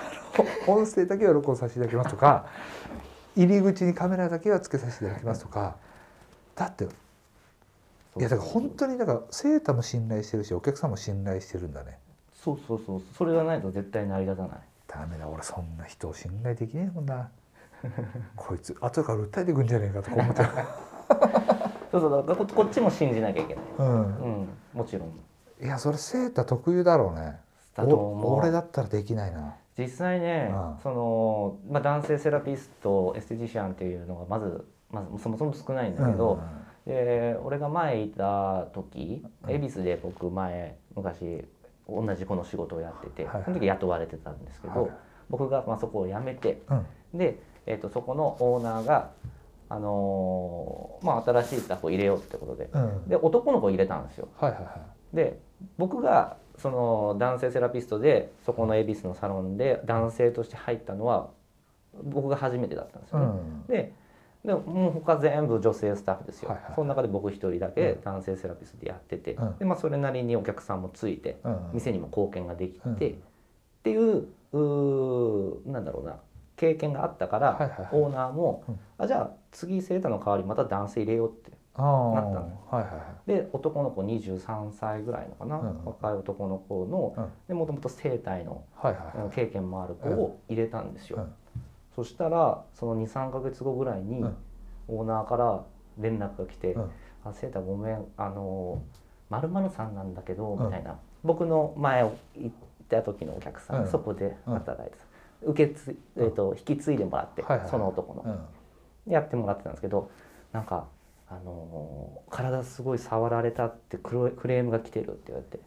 [SPEAKER 2] の音声だけは録音させていただきますとか入り口にカメラだけはつけさせていただきますとかだっていやだから本当にだから生徒も信頼してるしお客さんも信頼してるんだね
[SPEAKER 1] そうそうそうそれがないと絶対成り立たない
[SPEAKER 2] ダメだ俺そんな人を信頼できねえもん なこいつ後から訴えてくんじゃねえかとか思ってる、
[SPEAKER 1] そうそうだからここっちも信じなきゃいけない、
[SPEAKER 2] うん
[SPEAKER 1] うん、もちろん
[SPEAKER 2] いやそれセータ特有だろうね
[SPEAKER 1] だと思
[SPEAKER 2] お
[SPEAKER 1] う
[SPEAKER 2] 俺だったらできないな
[SPEAKER 1] 実際ね、
[SPEAKER 2] うん
[SPEAKER 1] その、まあ、男性セラピストエステティシャンっていうのがまずまずそもそも少ないんだけど、で俺が前いた時
[SPEAKER 2] うん
[SPEAKER 1] 恵比寿で僕前昔同じこの仕事をやってて、
[SPEAKER 2] はいはい
[SPEAKER 1] その時雇われてたんですけど、
[SPEAKER 2] はい
[SPEAKER 1] 僕がまあそこを辞めて
[SPEAKER 2] うんうん
[SPEAKER 1] で、えー、とそこのオーナーが、あのーまあ、新しいスタッフを入れようってことで
[SPEAKER 2] うんうん
[SPEAKER 1] で男の子を入れたんですよ。
[SPEAKER 2] はいはいは
[SPEAKER 1] で僕がその男性セラピストでそこの恵比寿のサロンで男性として入ったのは僕が初めてだったんです
[SPEAKER 2] い、う
[SPEAKER 1] よね。
[SPEAKER 2] ん、
[SPEAKER 1] ででもう他全部女性スタッフですよ、
[SPEAKER 2] はいはい
[SPEAKER 1] その中で僕一人だけ男性セラピストでやってて、
[SPEAKER 2] うん
[SPEAKER 1] でまあ、それなりにお客さんもついて
[SPEAKER 2] うん、
[SPEAKER 1] 店にも貢献ができて、
[SPEAKER 2] うん
[SPEAKER 1] っていううーなんだろうな経験があったから、
[SPEAKER 2] はいはいはい
[SPEAKER 1] オーナーも、
[SPEAKER 2] うん
[SPEAKER 1] あじゃあ次生徒の代わりまた男性入れようって
[SPEAKER 2] ああ
[SPEAKER 1] なったの
[SPEAKER 2] はいはいはい
[SPEAKER 1] で男の子23歳ぐらいのかな、
[SPEAKER 2] うん
[SPEAKER 1] 若い男の子の、
[SPEAKER 2] うん
[SPEAKER 1] でもともと生体の
[SPEAKER 2] はいはい
[SPEAKER 1] うん
[SPEAKER 2] はい
[SPEAKER 1] 経験もある子を入れたんですよ、
[SPEAKER 2] うん
[SPEAKER 1] そしたらその23か月後ぐらいに、
[SPEAKER 2] うん
[SPEAKER 1] オーナーから連絡が来て
[SPEAKER 2] うん
[SPEAKER 1] 「あセータごめんあのまるさんなんだけど」
[SPEAKER 2] うん
[SPEAKER 1] みたいな、僕の前を行った時のお客さん、
[SPEAKER 2] うん
[SPEAKER 1] そこで働いてた、受けつ、えー、と引き継いでもらって、
[SPEAKER 2] はいはいはい
[SPEAKER 1] その男の
[SPEAKER 2] う、ん
[SPEAKER 1] やってもらってたんですけどなんか、あのー体すごい触られたってクロクレームが来てる」って言われて、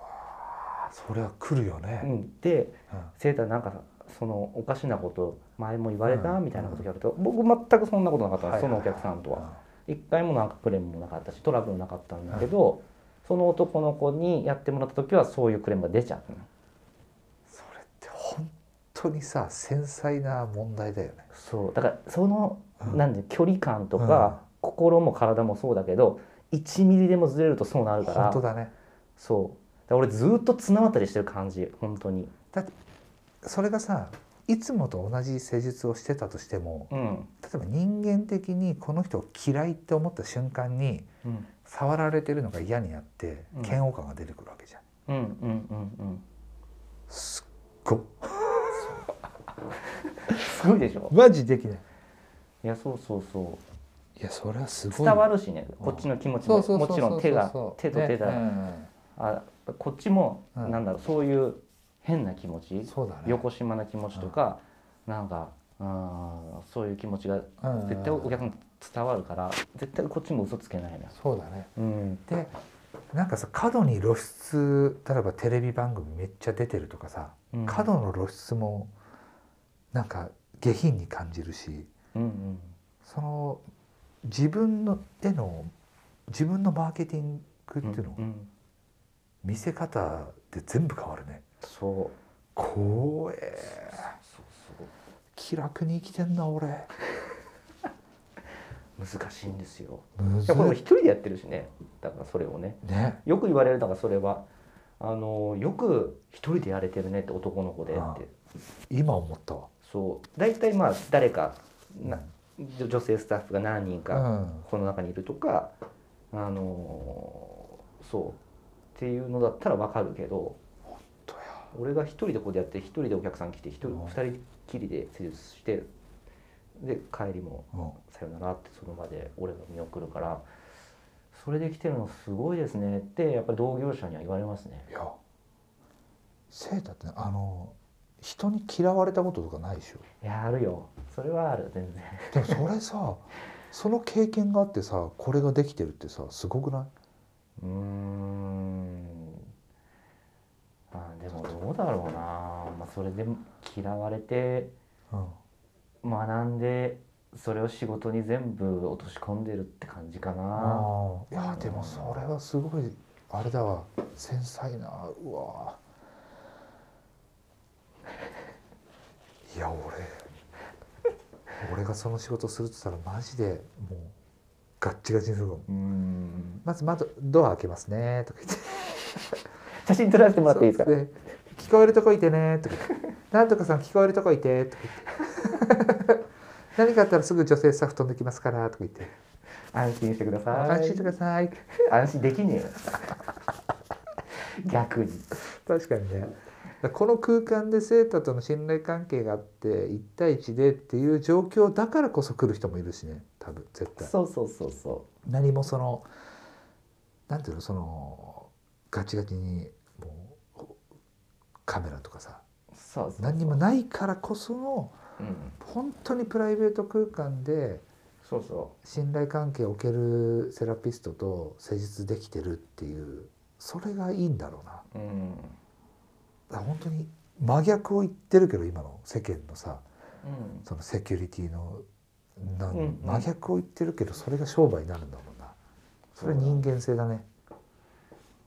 [SPEAKER 2] あそれは来るよね、
[SPEAKER 1] うん、で
[SPEAKER 2] うん
[SPEAKER 1] 「セーターなんかそのおかしなこと前も言われた?
[SPEAKER 2] うん
[SPEAKER 1] みたいなこと聞かれて僕全くそんなことなかったんです、
[SPEAKER 2] はいはいはい
[SPEAKER 1] そのお客さんと
[SPEAKER 2] う
[SPEAKER 1] は。
[SPEAKER 2] ん
[SPEAKER 1] 一回もなんかクレームもなかったしトラブルなかったんだけど、その男の子にやってもらった時はそういうクレームが出ちゃったの
[SPEAKER 2] それって本当にさ繊細な問題だよね。
[SPEAKER 1] そうだからその、
[SPEAKER 2] うん
[SPEAKER 1] なんで距離感とか、心も体もそうだけど1ミリでもずれるとそうなるから
[SPEAKER 2] 本当だね。
[SPEAKER 1] そうだから俺ずっと綱渡りしてる感じ本当に
[SPEAKER 2] それがさいつもと同じ施術をしてたとしても
[SPEAKER 1] うん、
[SPEAKER 2] 例えば人間的にこの人を嫌いって思った瞬間に
[SPEAKER 1] うん、
[SPEAKER 2] 触られてるのが嫌になって
[SPEAKER 1] うん
[SPEAKER 2] 嫌悪感が出てくるわけじゃん。
[SPEAKER 1] うんうんうんうん
[SPEAKER 2] すっご
[SPEAKER 1] すごいでしょ
[SPEAKER 2] マジできない。
[SPEAKER 1] いやそうそうそう
[SPEAKER 2] いやそれはすごい。
[SPEAKER 1] 伝わるしねこっちの気持ちももちろん手が手と手だ、あこっちも、
[SPEAKER 2] うん
[SPEAKER 1] なんだろうそういう変な気持ち
[SPEAKER 2] そうだね。
[SPEAKER 1] 横島な気持ちとか、なんかうんそういう気持ちが絶対お客さんに伝わるから絶対こっちも嘘つけないな、
[SPEAKER 2] そうだね。
[SPEAKER 1] うん、
[SPEAKER 2] でなんかさ過度に露出例えばテレビ番組めっちゃ出てるとかさ、
[SPEAKER 1] うん
[SPEAKER 2] 過度の露出もなんか下品に感じるし
[SPEAKER 1] うんうん
[SPEAKER 2] その自分のへの自分のマーケティングっていうの、
[SPEAKER 1] うん
[SPEAKER 2] 見せ方で全部変わるね
[SPEAKER 1] そう
[SPEAKER 2] 怖え
[SPEAKER 1] そうそ
[SPEAKER 2] 気楽に生きてんな俺
[SPEAKER 1] う難しいんですよ
[SPEAKER 2] む
[SPEAKER 1] い
[SPEAKER 2] ず
[SPEAKER 1] や
[SPEAKER 2] っ
[SPEAKER 1] これ俺一人でやってるしねだからそれをね
[SPEAKER 2] ね
[SPEAKER 1] よく言われるだからそれはあのよく一人でやれてるねって男の子でっ
[SPEAKER 2] ああ
[SPEAKER 1] て
[SPEAKER 2] 今思ったわ
[SPEAKER 1] そう大体まあ誰かな女女性スタッフが何人
[SPEAKER 2] う
[SPEAKER 1] か、
[SPEAKER 2] ん
[SPEAKER 1] この中にいるとかあのーそうっていうのだったらわかるけど
[SPEAKER 2] とや
[SPEAKER 1] 俺が一人でここでやって一人でお客さん来て一人
[SPEAKER 2] うん
[SPEAKER 1] 二人きりで施術してで帰りも
[SPEAKER 2] うん
[SPEAKER 1] 「さよなら」ってその場で俺が見送るから「それで来てるのすごいですね」ってやっぱり同業者には言われますね。
[SPEAKER 2] いやセータってあの人に嫌われたこととかないでしょ
[SPEAKER 1] いやあるよそれはある全然。
[SPEAKER 2] でもそれさ その経験があってさこれができてるってさすごくないう
[SPEAKER 1] ーんあでもどうだろうな、まあ、それで嫌われて
[SPEAKER 2] うん、
[SPEAKER 1] 学んでそれを仕事に全部落とし込んでるって感じかな
[SPEAKER 2] あいやでもそれはすごいあれだわ繊細なうわ いや俺俺がその仕事するって言ったらマジでもうガッチガチにするかも
[SPEAKER 1] うん
[SPEAKER 2] まず窓ドア開けますねとか言って
[SPEAKER 1] 写真撮らせてもらっていいですか
[SPEAKER 2] で 聞こえるとこいてねとか言って「なんとかさん聞こえるとこいて」とか言って何かあったらすぐ女性スタッフ飛んできますからとか言って
[SPEAKER 1] 安心してくだ
[SPEAKER 2] 「
[SPEAKER 1] さい
[SPEAKER 2] 安心してください
[SPEAKER 1] 安心できねえよ 逆に」
[SPEAKER 2] 確かにねだからこの空間でセータとの信頼関係があって1対1でっていう状況だからこそ来る人もいるしね多分絶対
[SPEAKER 1] そうそうそうそ
[SPEAKER 2] 何もそのなんていうのそのガチガチにもうカメラとかさ
[SPEAKER 1] うそうそうそう
[SPEAKER 2] 何にもないからこその
[SPEAKER 1] うん、
[SPEAKER 2] 本当にプライベート空間で
[SPEAKER 1] そうそ
[SPEAKER 2] 信頼関係を置けるセラピストと施術できてるっていうそれがいいんだろうな
[SPEAKER 1] ううん、
[SPEAKER 2] だから本当に真逆を言ってるけど今の世間のさ
[SPEAKER 1] うん、
[SPEAKER 2] そのセキュリティのなん
[SPEAKER 1] うんうん
[SPEAKER 2] 真逆を言ってるけどそれが商売になるんだもんなそれは人間性だね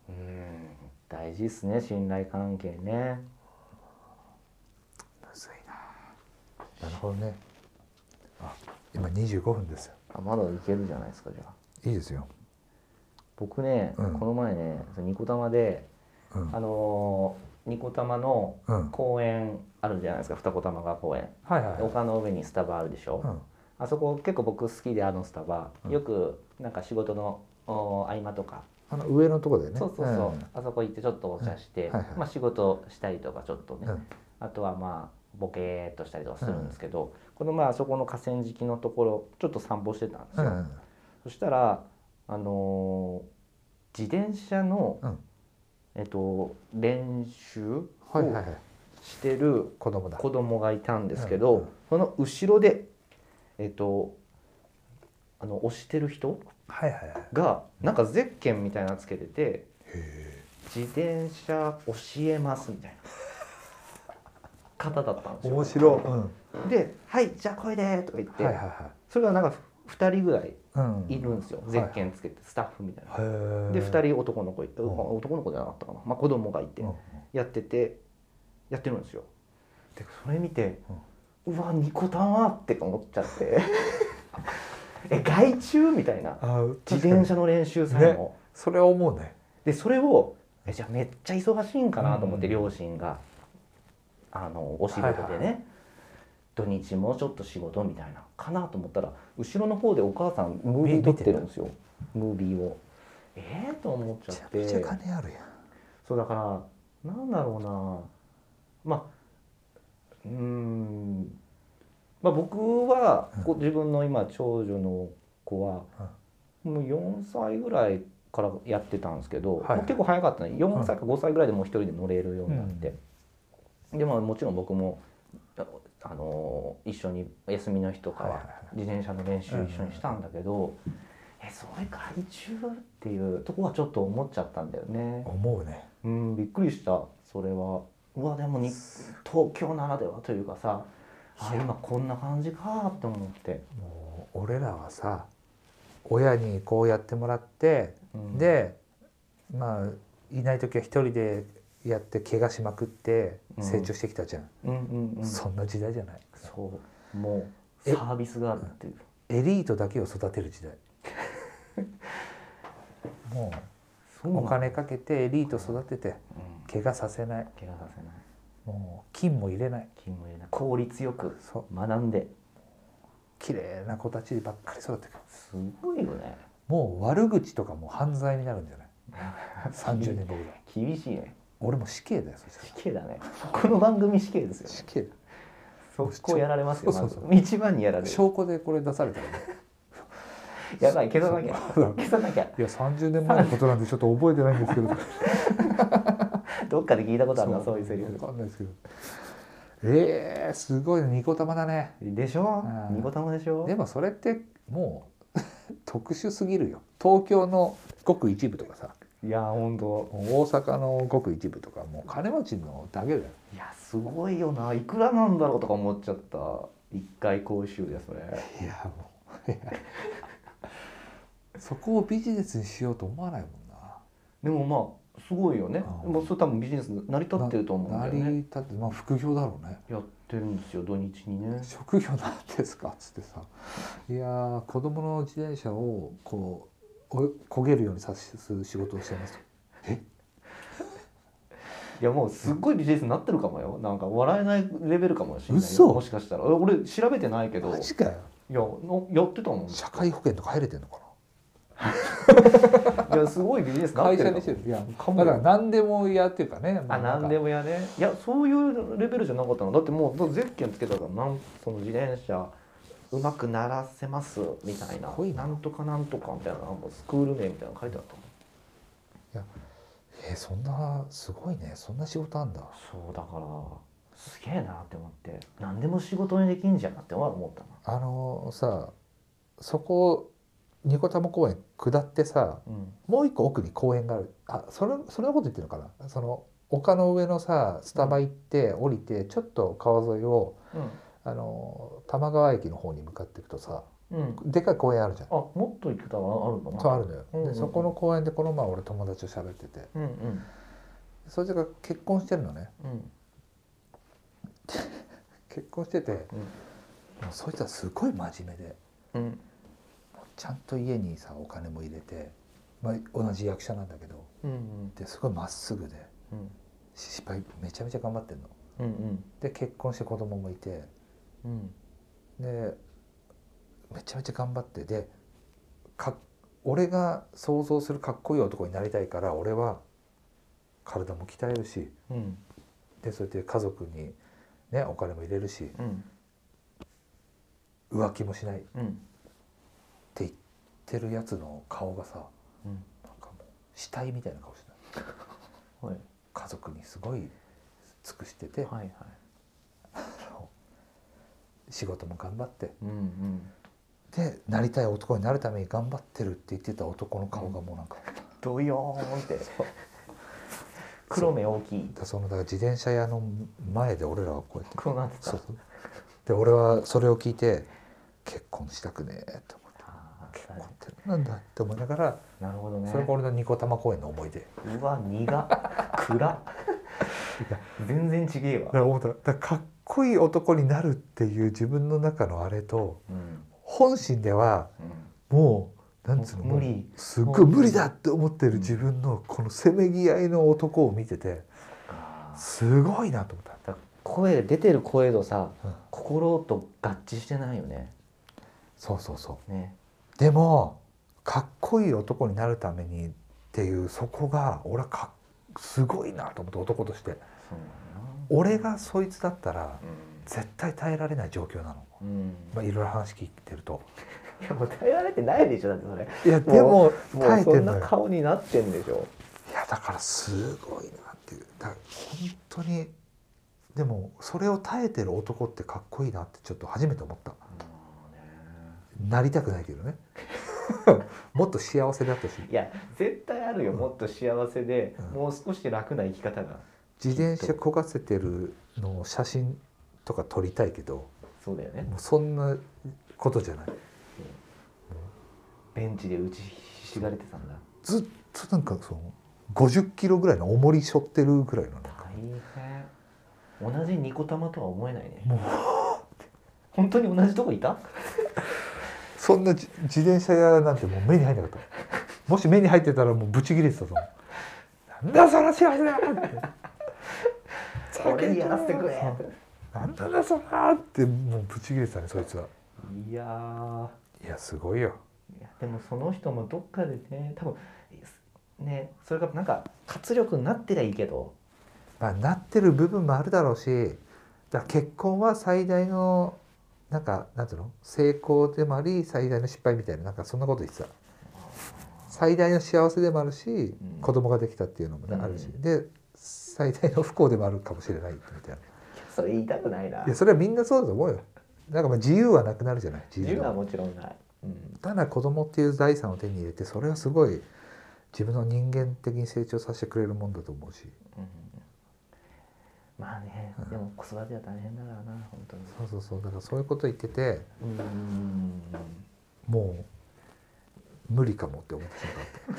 [SPEAKER 1] うん大事ですね信頼関係ね
[SPEAKER 2] むずいななるほどねあ今25分ですよ
[SPEAKER 1] あまだいけるじゃないですかじゃあ
[SPEAKER 2] いいですよ、
[SPEAKER 1] 僕ね、
[SPEAKER 2] うん
[SPEAKER 1] この前ねそのニコ玉で
[SPEAKER 2] うん
[SPEAKER 1] あのーニコ玉の
[SPEAKER 2] うん、
[SPEAKER 1] 公園あるじゃないですか二子玉川公園、
[SPEAKER 2] はいはい、
[SPEAKER 1] 丘の上にスタバあるでしょ、
[SPEAKER 2] うん
[SPEAKER 1] あそこ結構僕好きであのスタバ、
[SPEAKER 2] うん
[SPEAKER 1] よくなんか仕事のお合間とか、
[SPEAKER 2] あの上のとこだよね
[SPEAKER 1] そうそうそう、あそこ行ってちょっとお茶して、
[SPEAKER 2] うんはいはい
[SPEAKER 1] まあ、仕事したりとかちょっとね、
[SPEAKER 2] うんうん
[SPEAKER 1] あとはまあボケーっとしたりとかするんですけど、このまあそこの河川敷のところちょっと散歩してたんです
[SPEAKER 2] う
[SPEAKER 1] よ、
[SPEAKER 2] ん
[SPEAKER 1] そしたらあのー自転車の、
[SPEAKER 2] うん
[SPEAKER 1] えっと、練習
[SPEAKER 2] はいはいは
[SPEAKER 1] を
[SPEAKER 2] い
[SPEAKER 1] してる
[SPEAKER 2] 子供だ
[SPEAKER 1] 子供がいたんですけど、
[SPEAKER 2] うんうん
[SPEAKER 1] その後ろでえっとあの押してる人
[SPEAKER 2] はいはいはい
[SPEAKER 1] がなんかゼッケンみたいなのつけてて
[SPEAKER 2] へ
[SPEAKER 1] 「自転車教えます」みたいな方だったんです
[SPEAKER 2] え
[SPEAKER 1] よ。
[SPEAKER 2] 面白い、うん、は
[SPEAKER 1] で「はいじゃあ声で」とか言っ
[SPEAKER 2] い
[SPEAKER 1] て、
[SPEAKER 2] はいは
[SPEAKER 1] それがなんか2人ぐらい
[SPEAKER 2] い、うん、
[SPEAKER 1] いるんですよ、ゼッケンつけてスタッフみたいな。
[SPEAKER 2] へえ
[SPEAKER 1] で2人男の子いて、
[SPEAKER 2] ん
[SPEAKER 1] 男の子じゃなかったかな、まあ、子供がいて
[SPEAKER 2] うんうん
[SPEAKER 1] やっててやってるんですよ。でそれ見て
[SPEAKER 2] うん
[SPEAKER 1] うわニコタマって思っちゃって え外注みたいな
[SPEAKER 2] あ
[SPEAKER 1] 自転
[SPEAKER 2] 車
[SPEAKER 1] 車の練習さえも、
[SPEAKER 2] それは思うね
[SPEAKER 1] でそれをえじゃあめっちゃ忙しいんかなと思って、
[SPEAKER 2] うん
[SPEAKER 1] 両親があのお仕事でね、
[SPEAKER 2] はいは
[SPEAKER 1] 土日もちょっと仕事みたいなかなと思ったら後ろの方でお母さんムービー
[SPEAKER 2] み
[SPEAKER 1] 撮
[SPEAKER 2] 見
[SPEAKER 1] っててるんですよムービーを。えー、と思っちゃ
[SPEAKER 2] め
[SPEAKER 1] っ
[SPEAKER 2] ちゃ
[SPEAKER 1] て
[SPEAKER 2] めちゃ金あるやん
[SPEAKER 1] そうだからなんだろうなまあうーんまあ僕は
[SPEAKER 2] うん
[SPEAKER 1] こう自分の今長女の子はもう4歳ぐらいからやってたんですけど、
[SPEAKER 2] はいはい
[SPEAKER 1] もう結構早かったね4歳か5歳ぐらいでもう一人で乗れるようになって、でまあもちろん僕もああの一緒に休みの日とか
[SPEAKER 2] はい
[SPEAKER 1] は
[SPEAKER 2] はいはい
[SPEAKER 1] 自転車の練習一緒にしたんだけど、えそれ外注っていうとこはちょっと思っちゃったんだよね。
[SPEAKER 2] 思うね
[SPEAKER 1] うんびっくりしたそれはうわでもに東京ならではというかさあ今こんな感じかって思って、
[SPEAKER 2] もう俺らはさ親にこうやってもらって
[SPEAKER 1] うん、
[SPEAKER 2] でまあいない時は一人でやって怪我しまくって
[SPEAKER 1] うん
[SPEAKER 2] 成長してきたじゃん、
[SPEAKER 1] うんうんうん
[SPEAKER 2] そんな時代じゃない
[SPEAKER 1] そうもう
[SPEAKER 2] え
[SPEAKER 1] サービスがあるっていう
[SPEAKER 2] エリートだけを育てる時代 も
[SPEAKER 1] そう
[SPEAKER 2] う
[SPEAKER 1] な
[SPEAKER 2] お
[SPEAKER 1] の
[SPEAKER 2] 金かけてエリート育てて
[SPEAKER 1] うん
[SPEAKER 2] 怪我させない
[SPEAKER 1] 怪我させない
[SPEAKER 2] もう金も入れない
[SPEAKER 1] 金も入れない効率よく
[SPEAKER 2] そう
[SPEAKER 1] 学んで
[SPEAKER 2] 綺麗な子たちばっかり育ててくる
[SPEAKER 1] すごいよね
[SPEAKER 2] もう悪口とかも犯罪になるんじゃない30年後ぐらい
[SPEAKER 1] 厳しいね
[SPEAKER 2] 俺も死刑だよそしたら
[SPEAKER 1] 死刑だねこの番組死刑ですよ
[SPEAKER 2] 死刑だ
[SPEAKER 1] そこやられますよ
[SPEAKER 2] そうそうそう
[SPEAKER 1] まず一番にやられる
[SPEAKER 2] 証拠でこれ出されたらね
[SPEAKER 1] やばい消さなきゃ消さなきゃ
[SPEAKER 2] いや30年前のことなんでちょっと覚えてないん ですけど
[SPEAKER 1] どっかで聞いたことあるな
[SPEAKER 2] そ
[SPEAKER 1] そういうセリフ
[SPEAKER 2] わかんないですけどえー、すごいねニコ玉だね
[SPEAKER 1] でしょ
[SPEAKER 2] うん
[SPEAKER 1] ニコ玉でしょ
[SPEAKER 2] でもそれってもう 特殊すぎるよ東京のごく一部とかさ
[SPEAKER 1] いや本当
[SPEAKER 2] もう大阪のごく一部とかもう金持ちのだけだよ
[SPEAKER 1] いやすごいよないくらなんだろうとか思っちゃった一回講習でそれ
[SPEAKER 2] いやもういやそこをビジネスにしようと思わないもんな
[SPEAKER 1] でもまあすごいよね
[SPEAKER 2] あー
[SPEAKER 1] もうそれ多分ビジネス成り立ってると思うんだよ
[SPEAKER 2] 成り
[SPEAKER 1] ね
[SPEAKER 2] 立ってまあ副業だろうね
[SPEAKER 1] やってるんですよ土日にね
[SPEAKER 2] 職業なんですか?」っつってさ「いやー子供の自転車をこうお焦げるようにさす仕事をしてます」と「え
[SPEAKER 1] いやもうすっごいビジネスになってるかもよなんか笑えないレベルかもしれないよ
[SPEAKER 2] 嘘
[SPEAKER 1] もしかしたらえ俺調べてないけどい
[SPEAKER 2] マジかよ
[SPEAKER 1] やのやってたもん
[SPEAKER 2] 社会保険とか入れてんのか
[SPEAKER 1] いやすごいビジネスに
[SPEAKER 2] な
[SPEAKER 1] なって
[SPEAKER 2] 会
[SPEAKER 1] るか
[SPEAKER 2] 社
[SPEAKER 1] も
[SPEAKER 2] にしてるいや
[SPEAKER 1] かも
[SPEAKER 2] だから何でも嫌っていうかね
[SPEAKER 1] あ
[SPEAKER 2] なん
[SPEAKER 1] 何でもやねいやそういうレベルじゃなかったのだってもうゼッケンつけたからなんその自転車うまく鳴らせますみたいな
[SPEAKER 2] すごい
[SPEAKER 1] な
[SPEAKER 2] なん
[SPEAKER 1] とかなんとかみたいななんかスクール名みたいなの書いてあったもん
[SPEAKER 2] えーそんなすごいねそんな仕事あんだ
[SPEAKER 1] そうだからすげえなって思って何でも仕事にできんじゃんって思った
[SPEAKER 2] あのさそこニコタマ公園下ってさ
[SPEAKER 1] な、うん、
[SPEAKER 2] もう一個奥に公園があるあそれそれのこと言ってるのかなその丘の上のさスタバ行って降りてちょっと川沿いをあの多摩川駅の方に向かっていくとさ
[SPEAKER 1] うんうん
[SPEAKER 2] でかい公園あるじゃん
[SPEAKER 1] あもっと行くたはあるのかな
[SPEAKER 2] そうあるのよ、
[SPEAKER 1] うんうんうん
[SPEAKER 2] でそこの公園でこの前俺友達と喋ってて
[SPEAKER 1] うんうん
[SPEAKER 2] そいつが結婚してるのね
[SPEAKER 1] うん
[SPEAKER 2] 結婚してて、
[SPEAKER 1] うん
[SPEAKER 2] もうそいつはすごい真面目で
[SPEAKER 1] うん
[SPEAKER 2] ちゃんと家にさお金も入れて、まあ、同じ役者なんだけど
[SPEAKER 1] うんうん
[SPEAKER 2] ですごいまっすぐで
[SPEAKER 1] うん
[SPEAKER 2] 失敗めちゃめちゃ頑張ってんの
[SPEAKER 1] うんうん
[SPEAKER 2] で結婚して子供もいて
[SPEAKER 1] うん
[SPEAKER 2] でめちゃめちゃ頑張ってでか俺が想像するかっこいい男になりたいから俺は体も鍛えるし
[SPEAKER 1] うん
[SPEAKER 2] でそれで家族に、ね、お金も入れるし
[SPEAKER 1] うん
[SPEAKER 2] 浮気もしないって
[SPEAKER 1] うん
[SPEAKER 2] 言ってるやつの顔がさ、
[SPEAKER 1] うん
[SPEAKER 2] なんかもう死体みたいな顔してた
[SPEAKER 1] はい
[SPEAKER 2] 家族にすごい尽くしてて、
[SPEAKER 1] はいはい
[SPEAKER 2] あの仕事も頑張って
[SPEAKER 1] うんうん
[SPEAKER 2] でなりたい男になるために頑張ってるって言ってた男の顔がもうなんか、
[SPEAKER 1] ドヨーンって黒目大きい
[SPEAKER 2] だそのだから自転車屋の前で俺らはこうやって
[SPEAKER 1] こうなってた
[SPEAKER 2] そうで俺はそれを聞いて結婚したくねえと思
[SPEAKER 1] あ
[SPEAKER 2] って結
[SPEAKER 1] ー
[SPEAKER 2] 婚ってなんだって思いながら、
[SPEAKER 1] なるほどね
[SPEAKER 2] それが俺の二子玉公園の思い出だか
[SPEAKER 1] うわ苦暗全然ちげえわ、
[SPEAKER 2] ら思ったらだからかっこいい男になるっていう自分の中のあれと
[SPEAKER 1] うん
[SPEAKER 2] 本心では
[SPEAKER 1] う
[SPEAKER 2] もうなんつうの
[SPEAKER 1] もう無理
[SPEAKER 2] すっごい無理だって思ってる自分のこのせめぎ合いの男を見てて
[SPEAKER 1] ん、
[SPEAKER 2] すごいなと思った。
[SPEAKER 1] だ声出てる声とさ、
[SPEAKER 2] うん
[SPEAKER 1] 心と合致してないよね
[SPEAKER 2] そうそうそう
[SPEAKER 1] ね
[SPEAKER 2] でもかっこいい男になるためにっていうそこが俺はかっすごいなと思って男として
[SPEAKER 1] そうだ
[SPEAKER 2] 俺がそいつだったら
[SPEAKER 1] な
[SPEAKER 2] 絶対耐えられない状況なの、
[SPEAKER 1] うん、うん
[SPEAKER 2] まあ、いろいろ話聞いてると
[SPEAKER 1] いやもう耐えられてないでしょだってそれ
[SPEAKER 2] いや
[SPEAKER 1] で
[SPEAKER 2] で
[SPEAKER 1] も
[SPEAKER 2] も
[SPEAKER 1] も
[SPEAKER 2] 耐
[SPEAKER 1] う
[SPEAKER 2] え
[SPEAKER 1] そ
[SPEAKER 2] て
[SPEAKER 1] ん
[SPEAKER 2] んの
[SPEAKER 1] な
[SPEAKER 2] よ
[SPEAKER 1] 顔になってんでしょ
[SPEAKER 2] いやだからすごいなっていうだから本当にでもそれを耐えてる男ってかっこいいなってちょっと初めて思ったなりたくないけどね もっと幸せだったし
[SPEAKER 1] いや絶対あるよもっと幸せで、
[SPEAKER 2] うん
[SPEAKER 1] もう少し楽な生き方が
[SPEAKER 2] 自転車こがせてるのを写真とか撮りたいけど
[SPEAKER 1] そうだよね
[SPEAKER 2] もうそんなことじゃない
[SPEAKER 1] ベンチで打ちひしがれてたんだ
[SPEAKER 2] ずっとなんかその50キロぐらいの重り背負ってるぐらいのなんか
[SPEAKER 1] 大変同じニコ玉とは思えないね
[SPEAKER 2] もう
[SPEAKER 1] 本当に同じとこいた
[SPEAKER 2] そんなじ自転車屋なんてもう目に入んなかったもし目に入ってたらもうブチ切れてたと思うなんだその幸せだって
[SPEAKER 1] 俺にやらせてくれ
[SPEAKER 2] なんだそのってもうブチ切れてたねそいつはい
[SPEAKER 1] やー
[SPEAKER 2] いやすごいよ
[SPEAKER 1] いやでもその人もどっかでね多分ねそれがなんか活力になってりゃいいけど
[SPEAKER 2] まあ、なってる部分もあるだろうしだから結婚は最大のなんかなんていうの成功でもあり最大の失敗みたいななんかそんなこと言ってた最大の幸せでもあるし、
[SPEAKER 1] ん
[SPEAKER 2] 子供ができたっていうのもね、
[SPEAKER 1] うん
[SPEAKER 2] あるしで最大の不幸でもあるかもしれないみたいない
[SPEAKER 1] やそれ言いたくないない
[SPEAKER 2] やそれはみんなそうだと思うよなんかまあ自由はなくなるじゃない自
[SPEAKER 1] 自
[SPEAKER 2] 由
[SPEAKER 1] 由は
[SPEAKER 2] は
[SPEAKER 1] もちろんない、うん、
[SPEAKER 2] ただ子供っていう財産を手に入れてそれはすごい自分の人間的に成長させてくれるもんだと思うし
[SPEAKER 1] うんまあね、でも子育ては大変だからな本当に
[SPEAKER 2] そうそうそうだからそういうこと言ってて
[SPEAKER 1] うん
[SPEAKER 2] もう無理かもって思ってしまっ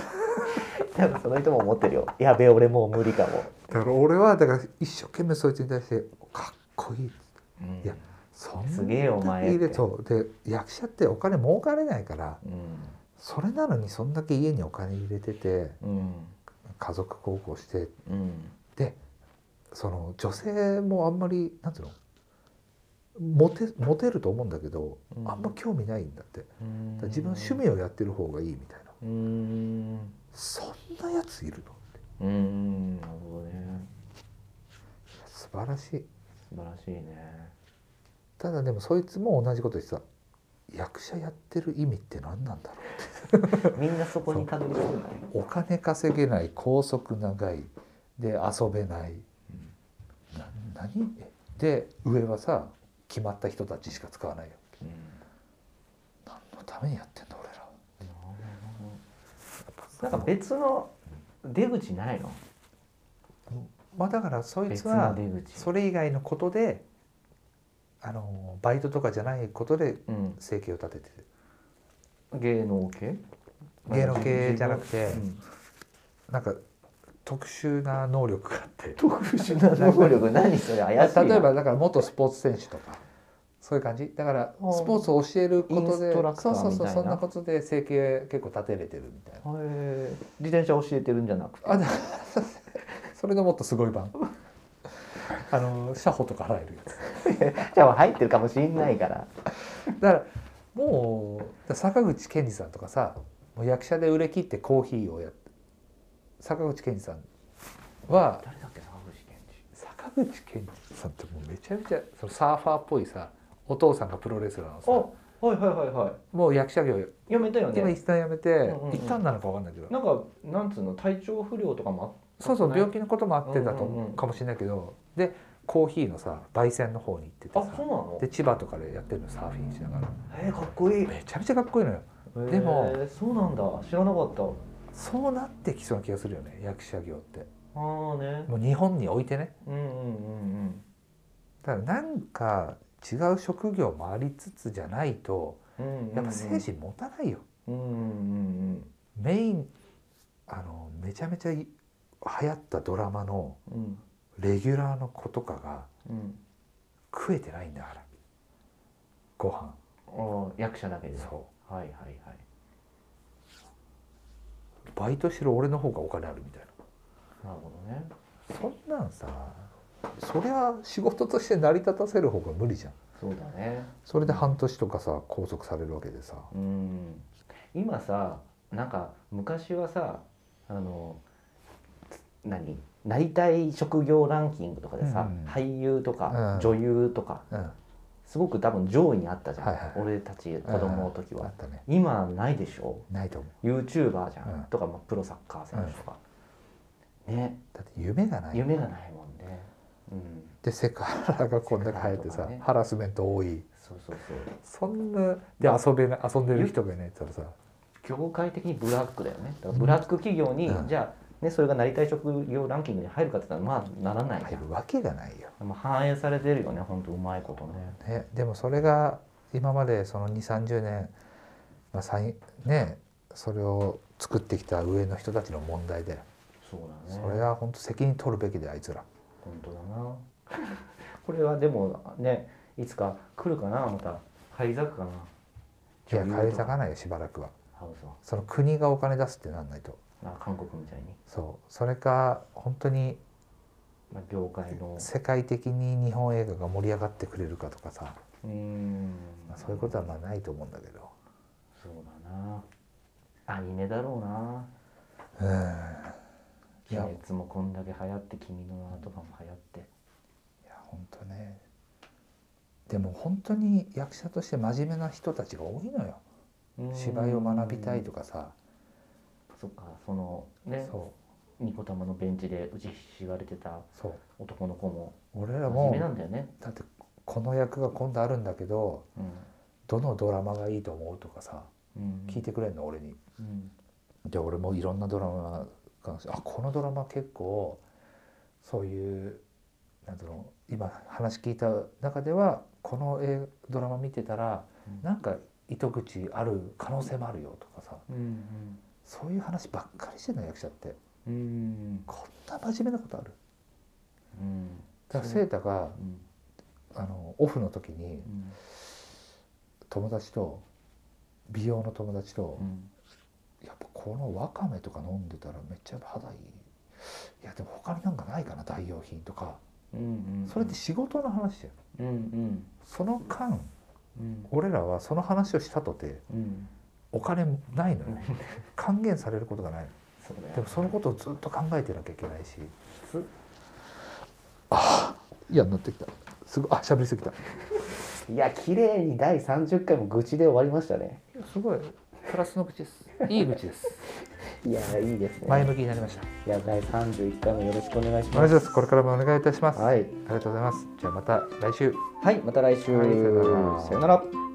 [SPEAKER 1] 多分その人も思ってるよやべえ俺もう無理かも、
[SPEAKER 2] ただから俺はだから一生懸命そいつに対してかっこいいいやそんな
[SPEAKER 1] すげえお前
[SPEAKER 2] いい
[SPEAKER 1] っ
[SPEAKER 2] で
[SPEAKER 1] て
[SPEAKER 2] そうで役者ってお金儲かれないから
[SPEAKER 1] う
[SPEAKER 2] それなのにそんだけ家にお金入れてて
[SPEAKER 1] んうん
[SPEAKER 2] 家族孝行して
[SPEAKER 1] うん
[SPEAKER 2] でその女性もあんまりなんていうのモテモテると思うんだけど、
[SPEAKER 3] うん
[SPEAKER 2] あんま興味ないんだってだか
[SPEAKER 3] うん
[SPEAKER 2] ら自分は趣味をやってる方がいいみたいな
[SPEAKER 3] うん
[SPEAKER 2] そんなやついるのって
[SPEAKER 3] うんなるほどね
[SPEAKER 2] 素晴らしい
[SPEAKER 3] 素晴らしいね
[SPEAKER 2] ただでもそいつも同じこと言ってた役者やってる意味って何なんだろ
[SPEAKER 1] みんなそこにたどり着くんだね
[SPEAKER 2] うお金稼げない拘束長いで遊べない、な何で上はさ決まった人たちしか使わないよ
[SPEAKER 3] うん
[SPEAKER 2] 何のためにやってんだ俺ら
[SPEAKER 1] なんか別の
[SPEAKER 3] 出口ないの
[SPEAKER 2] まあだからそい
[SPEAKER 1] 別
[SPEAKER 2] つ
[SPEAKER 1] の
[SPEAKER 2] は
[SPEAKER 1] 出口
[SPEAKER 2] それ以外のことであのバイトとかじゃないことで
[SPEAKER 3] うん
[SPEAKER 2] 生計を立ててる
[SPEAKER 3] 芸能系
[SPEAKER 2] 芸能系じゃなくて
[SPEAKER 3] うん
[SPEAKER 2] なんか特殊な能力があって
[SPEAKER 3] 特殊な
[SPEAKER 1] 能力何それ怪しいな
[SPEAKER 2] 例えばだから元スポーツ選手とかそういう感じだからス
[SPEAKER 3] うん
[SPEAKER 2] ポーツを教えること
[SPEAKER 3] イン
[SPEAKER 2] で
[SPEAKER 3] ストラクタ
[SPEAKER 2] そ
[SPEAKER 3] ー
[SPEAKER 2] うそう
[SPEAKER 3] み
[SPEAKER 2] そ
[SPEAKER 3] たいうな
[SPEAKER 2] そんなことで生計結構立てれてるみたいな
[SPEAKER 3] へー自転車教えてるんじゃなく て
[SPEAKER 2] あだ それのもっとすごい版あの車保とか払えるやつ
[SPEAKER 1] じゃあ入ってるかもしんないから
[SPEAKER 2] だからもうだから坂口健二さんとかさもう役者で売れ切ってコーヒーをやって坂口健二さんは
[SPEAKER 1] 誰だっけ沢口健二
[SPEAKER 2] 坂口健二さんってもうめちゃめちゃそのサーファーっぽいさお父さんがプロレスラーのさ
[SPEAKER 3] おはいはいはいは
[SPEAKER 2] もう役者業
[SPEAKER 3] いやめたよ
[SPEAKER 2] 今
[SPEAKER 3] ね
[SPEAKER 2] 一旦やめて、
[SPEAKER 3] んうん
[SPEAKER 2] 一旦なのかわかんないけど
[SPEAKER 3] なんかなんつうの体調不良とかも
[SPEAKER 2] そうそう
[SPEAKER 3] ね
[SPEAKER 2] 病気のこともあってだと、
[SPEAKER 3] うんうんうん
[SPEAKER 2] かもしれないけどでコーヒーのさ焙煎の方に行ってて
[SPEAKER 3] あ
[SPEAKER 2] さ
[SPEAKER 3] あそうなの
[SPEAKER 2] で千葉とかでやってるのサーフィンしながら
[SPEAKER 3] えー、かっこいい
[SPEAKER 2] めちゃめちゃかっこいいのよでも
[SPEAKER 3] えーそうなんだ知らなかった
[SPEAKER 2] そうなってきそうな気がするよね役者業って
[SPEAKER 3] ああね
[SPEAKER 2] もう日本においてね
[SPEAKER 3] うんうんうんうん
[SPEAKER 2] だからなんか違う職業もありつつじゃないと
[SPEAKER 3] うん
[SPEAKER 2] やっぱ精神持たないよ、
[SPEAKER 3] うんうん
[SPEAKER 2] メインあのめちゃめちゃ流行ったドラマの
[SPEAKER 3] うんうん
[SPEAKER 2] レギュラーの子とかが
[SPEAKER 3] うん
[SPEAKER 2] 食えてないんだからご飯
[SPEAKER 3] お役者だけで
[SPEAKER 2] そ
[SPEAKER 3] はいはいはいう
[SPEAKER 2] バイトしてる俺の方がお金あるみたい
[SPEAKER 3] なるほどね
[SPEAKER 2] なそんなんさそりゃ仕事として成り立たせる方が無理じゃん
[SPEAKER 3] そうだね
[SPEAKER 2] それで半年とかさ拘束されるわけでさ
[SPEAKER 3] うん
[SPEAKER 1] 今さなんか昔はさあのつ何なりたい職業ランキングとかでさ、
[SPEAKER 2] うん
[SPEAKER 1] 俳優とか、
[SPEAKER 2] うん
[SPEAKER 1] 女優とか
[SPEAKER 2] うんあ
[SPEAKER 1] すごく多分上位にあったじゃん、
[SPEAKER 2] はいはい
[SPEAKER 1] 俺たち子供の時は
[SPEAKER 2] っ、たね
[SPEAKER 1] 今ないでしょ
[SPEAKER 2] ないと思う
[SPEAKER 1] YouTuber じゃん、
[SPEAKER 2] うん
[SPEAKER 1] とか、まあ、プロサッカー選手とか、ね
[SPEAKER 2] だって夢がない
[SPEAKER 1] 夢がないもんね、うん、
[SPEAKER 2] でセクハラがこんだけ流行って
[SPEAKER 1] セクハラと
[SPEAKER 2] さ、
[SPEAKER 1] かね
[SPEAKER 2] ハラスメント多い
[SPEAKER 1] そうそうそう
[SPEAKER 2] そんなで遊べな遊んでる人がいないって言ったらさ
[SPEAKER 1] 業界的にブラックだよねだからブラック企業に、
[SPEAKER 2] うん
[SPEAKER 1] じゃあ、ね、それがなりたい職業ランキングに入るかって言ったらまあならないじ
[SPEAKER 2] 入
[SPEAKER 1] ゃん
[SPEAKER 2] るわけがないよ、
[SPEAKER 1] でも反映されてるよねほんとうまいことね
[SPEAKER 2] ね、でもそれが今までその2 3 0年、まあ、さいねそれを作ってきた上の人たちの問題で
[SPEAKER 1] そうだ
[SPEAKER 2] それ
[SPEAKER 1] ね
[SPEAKER 2] は本当責任取るべきであいつら
[SPEAKER 1] 本当だな これはでもねいつか来るかなまた返り咲くかない
[SPEAKER 2] や返り咲
[SPEAKER 1] か
[SPEAKER 2] かないよしばらくは
[SPEAKER 1] ハウスは
[SPEAKER 2] その国がお金出すってなんないと
[SPEAKER 1] あ韓国みたいに、
[SPEAKER 2] そうそれか本当に
[SPEAKER 1] まあ、業界の
[SPEAKER 2] 世界的に日本映画が盛り上がってくれるかとかさ、
[SPEAKER 1] うーん
[SPEAKER 2] まあ、そういうことはまあないと思うんだけど。
[SPEAKER 1] そうだなアニメだろうな
[SPEAKER 2] うん
[SPEAKER 1] 「
[SPEAKER 2] いや
[SPEAKER 1] 鬼滅」もこんだけ流行って「君の名」とかも流行って
[SPEAKER 2] いや本当ねでも本当に役者として真面目な人たちが多いのよ芝居を学びたいとかさ
[SPEAKER 1] そっかそのね
[SPEAKER 2] そ
[SPEAKER 1] ニコ玉のベンチで打ちひしがれてた
[SPEAKER 2] うそう
[SPEAKER 1] 男の子も
[SPEAKER 2] 俺
[SPEAKER 1] 真
[SPEAKER 2] ら
[SPEAKER 1] 面
[SPEAKER 2] も
[SPEAKER 1] 目なんだよね、
[SPEAKER 2] だってこの役が今度あるんだけど
[SPEAKER 1] う
[SPEAKER 2] どのドラマがいいと思うとかさ
[SPEAKER 1] ん、
[SPEAKER 2] 聞いてくれんの俺に。
[SPEAKER 1] うん、
[SPEAKER 2] で俺もいろんなドラマがあこのドラマ結構そういうなんだろう今話聞いた中ではこの映ドラマ見てたら、
[SPEAKER 1] うん
[SPEAKER 2] なんか糸口ある可能性もあるよとかさ
[SPEAKER 1] うん
[SPEAKER 2] そういう話ばっかりしてない役者って
[SPEAKER 1] うんうん
[SPEAKER 2] こんな真面目なことある
[SPEAKER 1] うん
[SPEAKER 2] だから
[SPEAKER 1] そう
[SPEAKER 2] セータが
[SPEAKER 1] うん
[SPEAKER 2] あのオフの時
[SPEAKER 1] う
[SPEAKER 2] に
[SPEAKER 1] ん
[SPEAKER 2] 友達と美容の友達と、
[SPEAKER 1] うん
[SPEAKER 2] やっぱこのわかめとか飲んでたらめっちゃ肌いいいやでも他になんかないかな代用品とか
[SPEAKER 1] うんうん
[SPEAKER 2] それって仕事の話だよ
[SPEAKER 1] うんうん
[SPEAKER 2] その間
[SPEAKER 1] うん
[SPEAKER 2] 俺らはその話をしたとて
[SPEAKER 1] うん
[SPEAKER 2] お金ないのよ還元されることがない
[SPEAKER 3] そうだ
[SPEAKER 2] で
[SPEAKER 3] よ
[SPEAKER 2] もそのことをずっと考えてなきゃいけないし
[SPEAKER 3] つ
[SPEAKER 2] いやなってきたすごいあ喋りすぎた
[SPEAKER 3] いや綺麗に第30回も愚痴で終わりましたね
[SPEAKER 2] すごいプラスの口 ですいい口です
[SPEAKER 3] いやいいですね、
[SPEAKER 2] 前
[SPEAKER 3] い
[SPEAKER 2] 向きになりました
[SPEAKER 3] や第31回もよろしくお願いし
[SPEAKER 2] お願
[SPEAKER 3] ま
[SPEAKER 2] い
[SPEAKER 3] す
[SPEAKER 2] しますこれからもお願いいたします、
[SPEAKER 3] はい
[SPEAKER 2] ありがとうございますじゃあまた来週
[SPEAKER 1] はいまた来週
[SPEAKER 2] はいさよなら
[SPEAKER 1] さよなら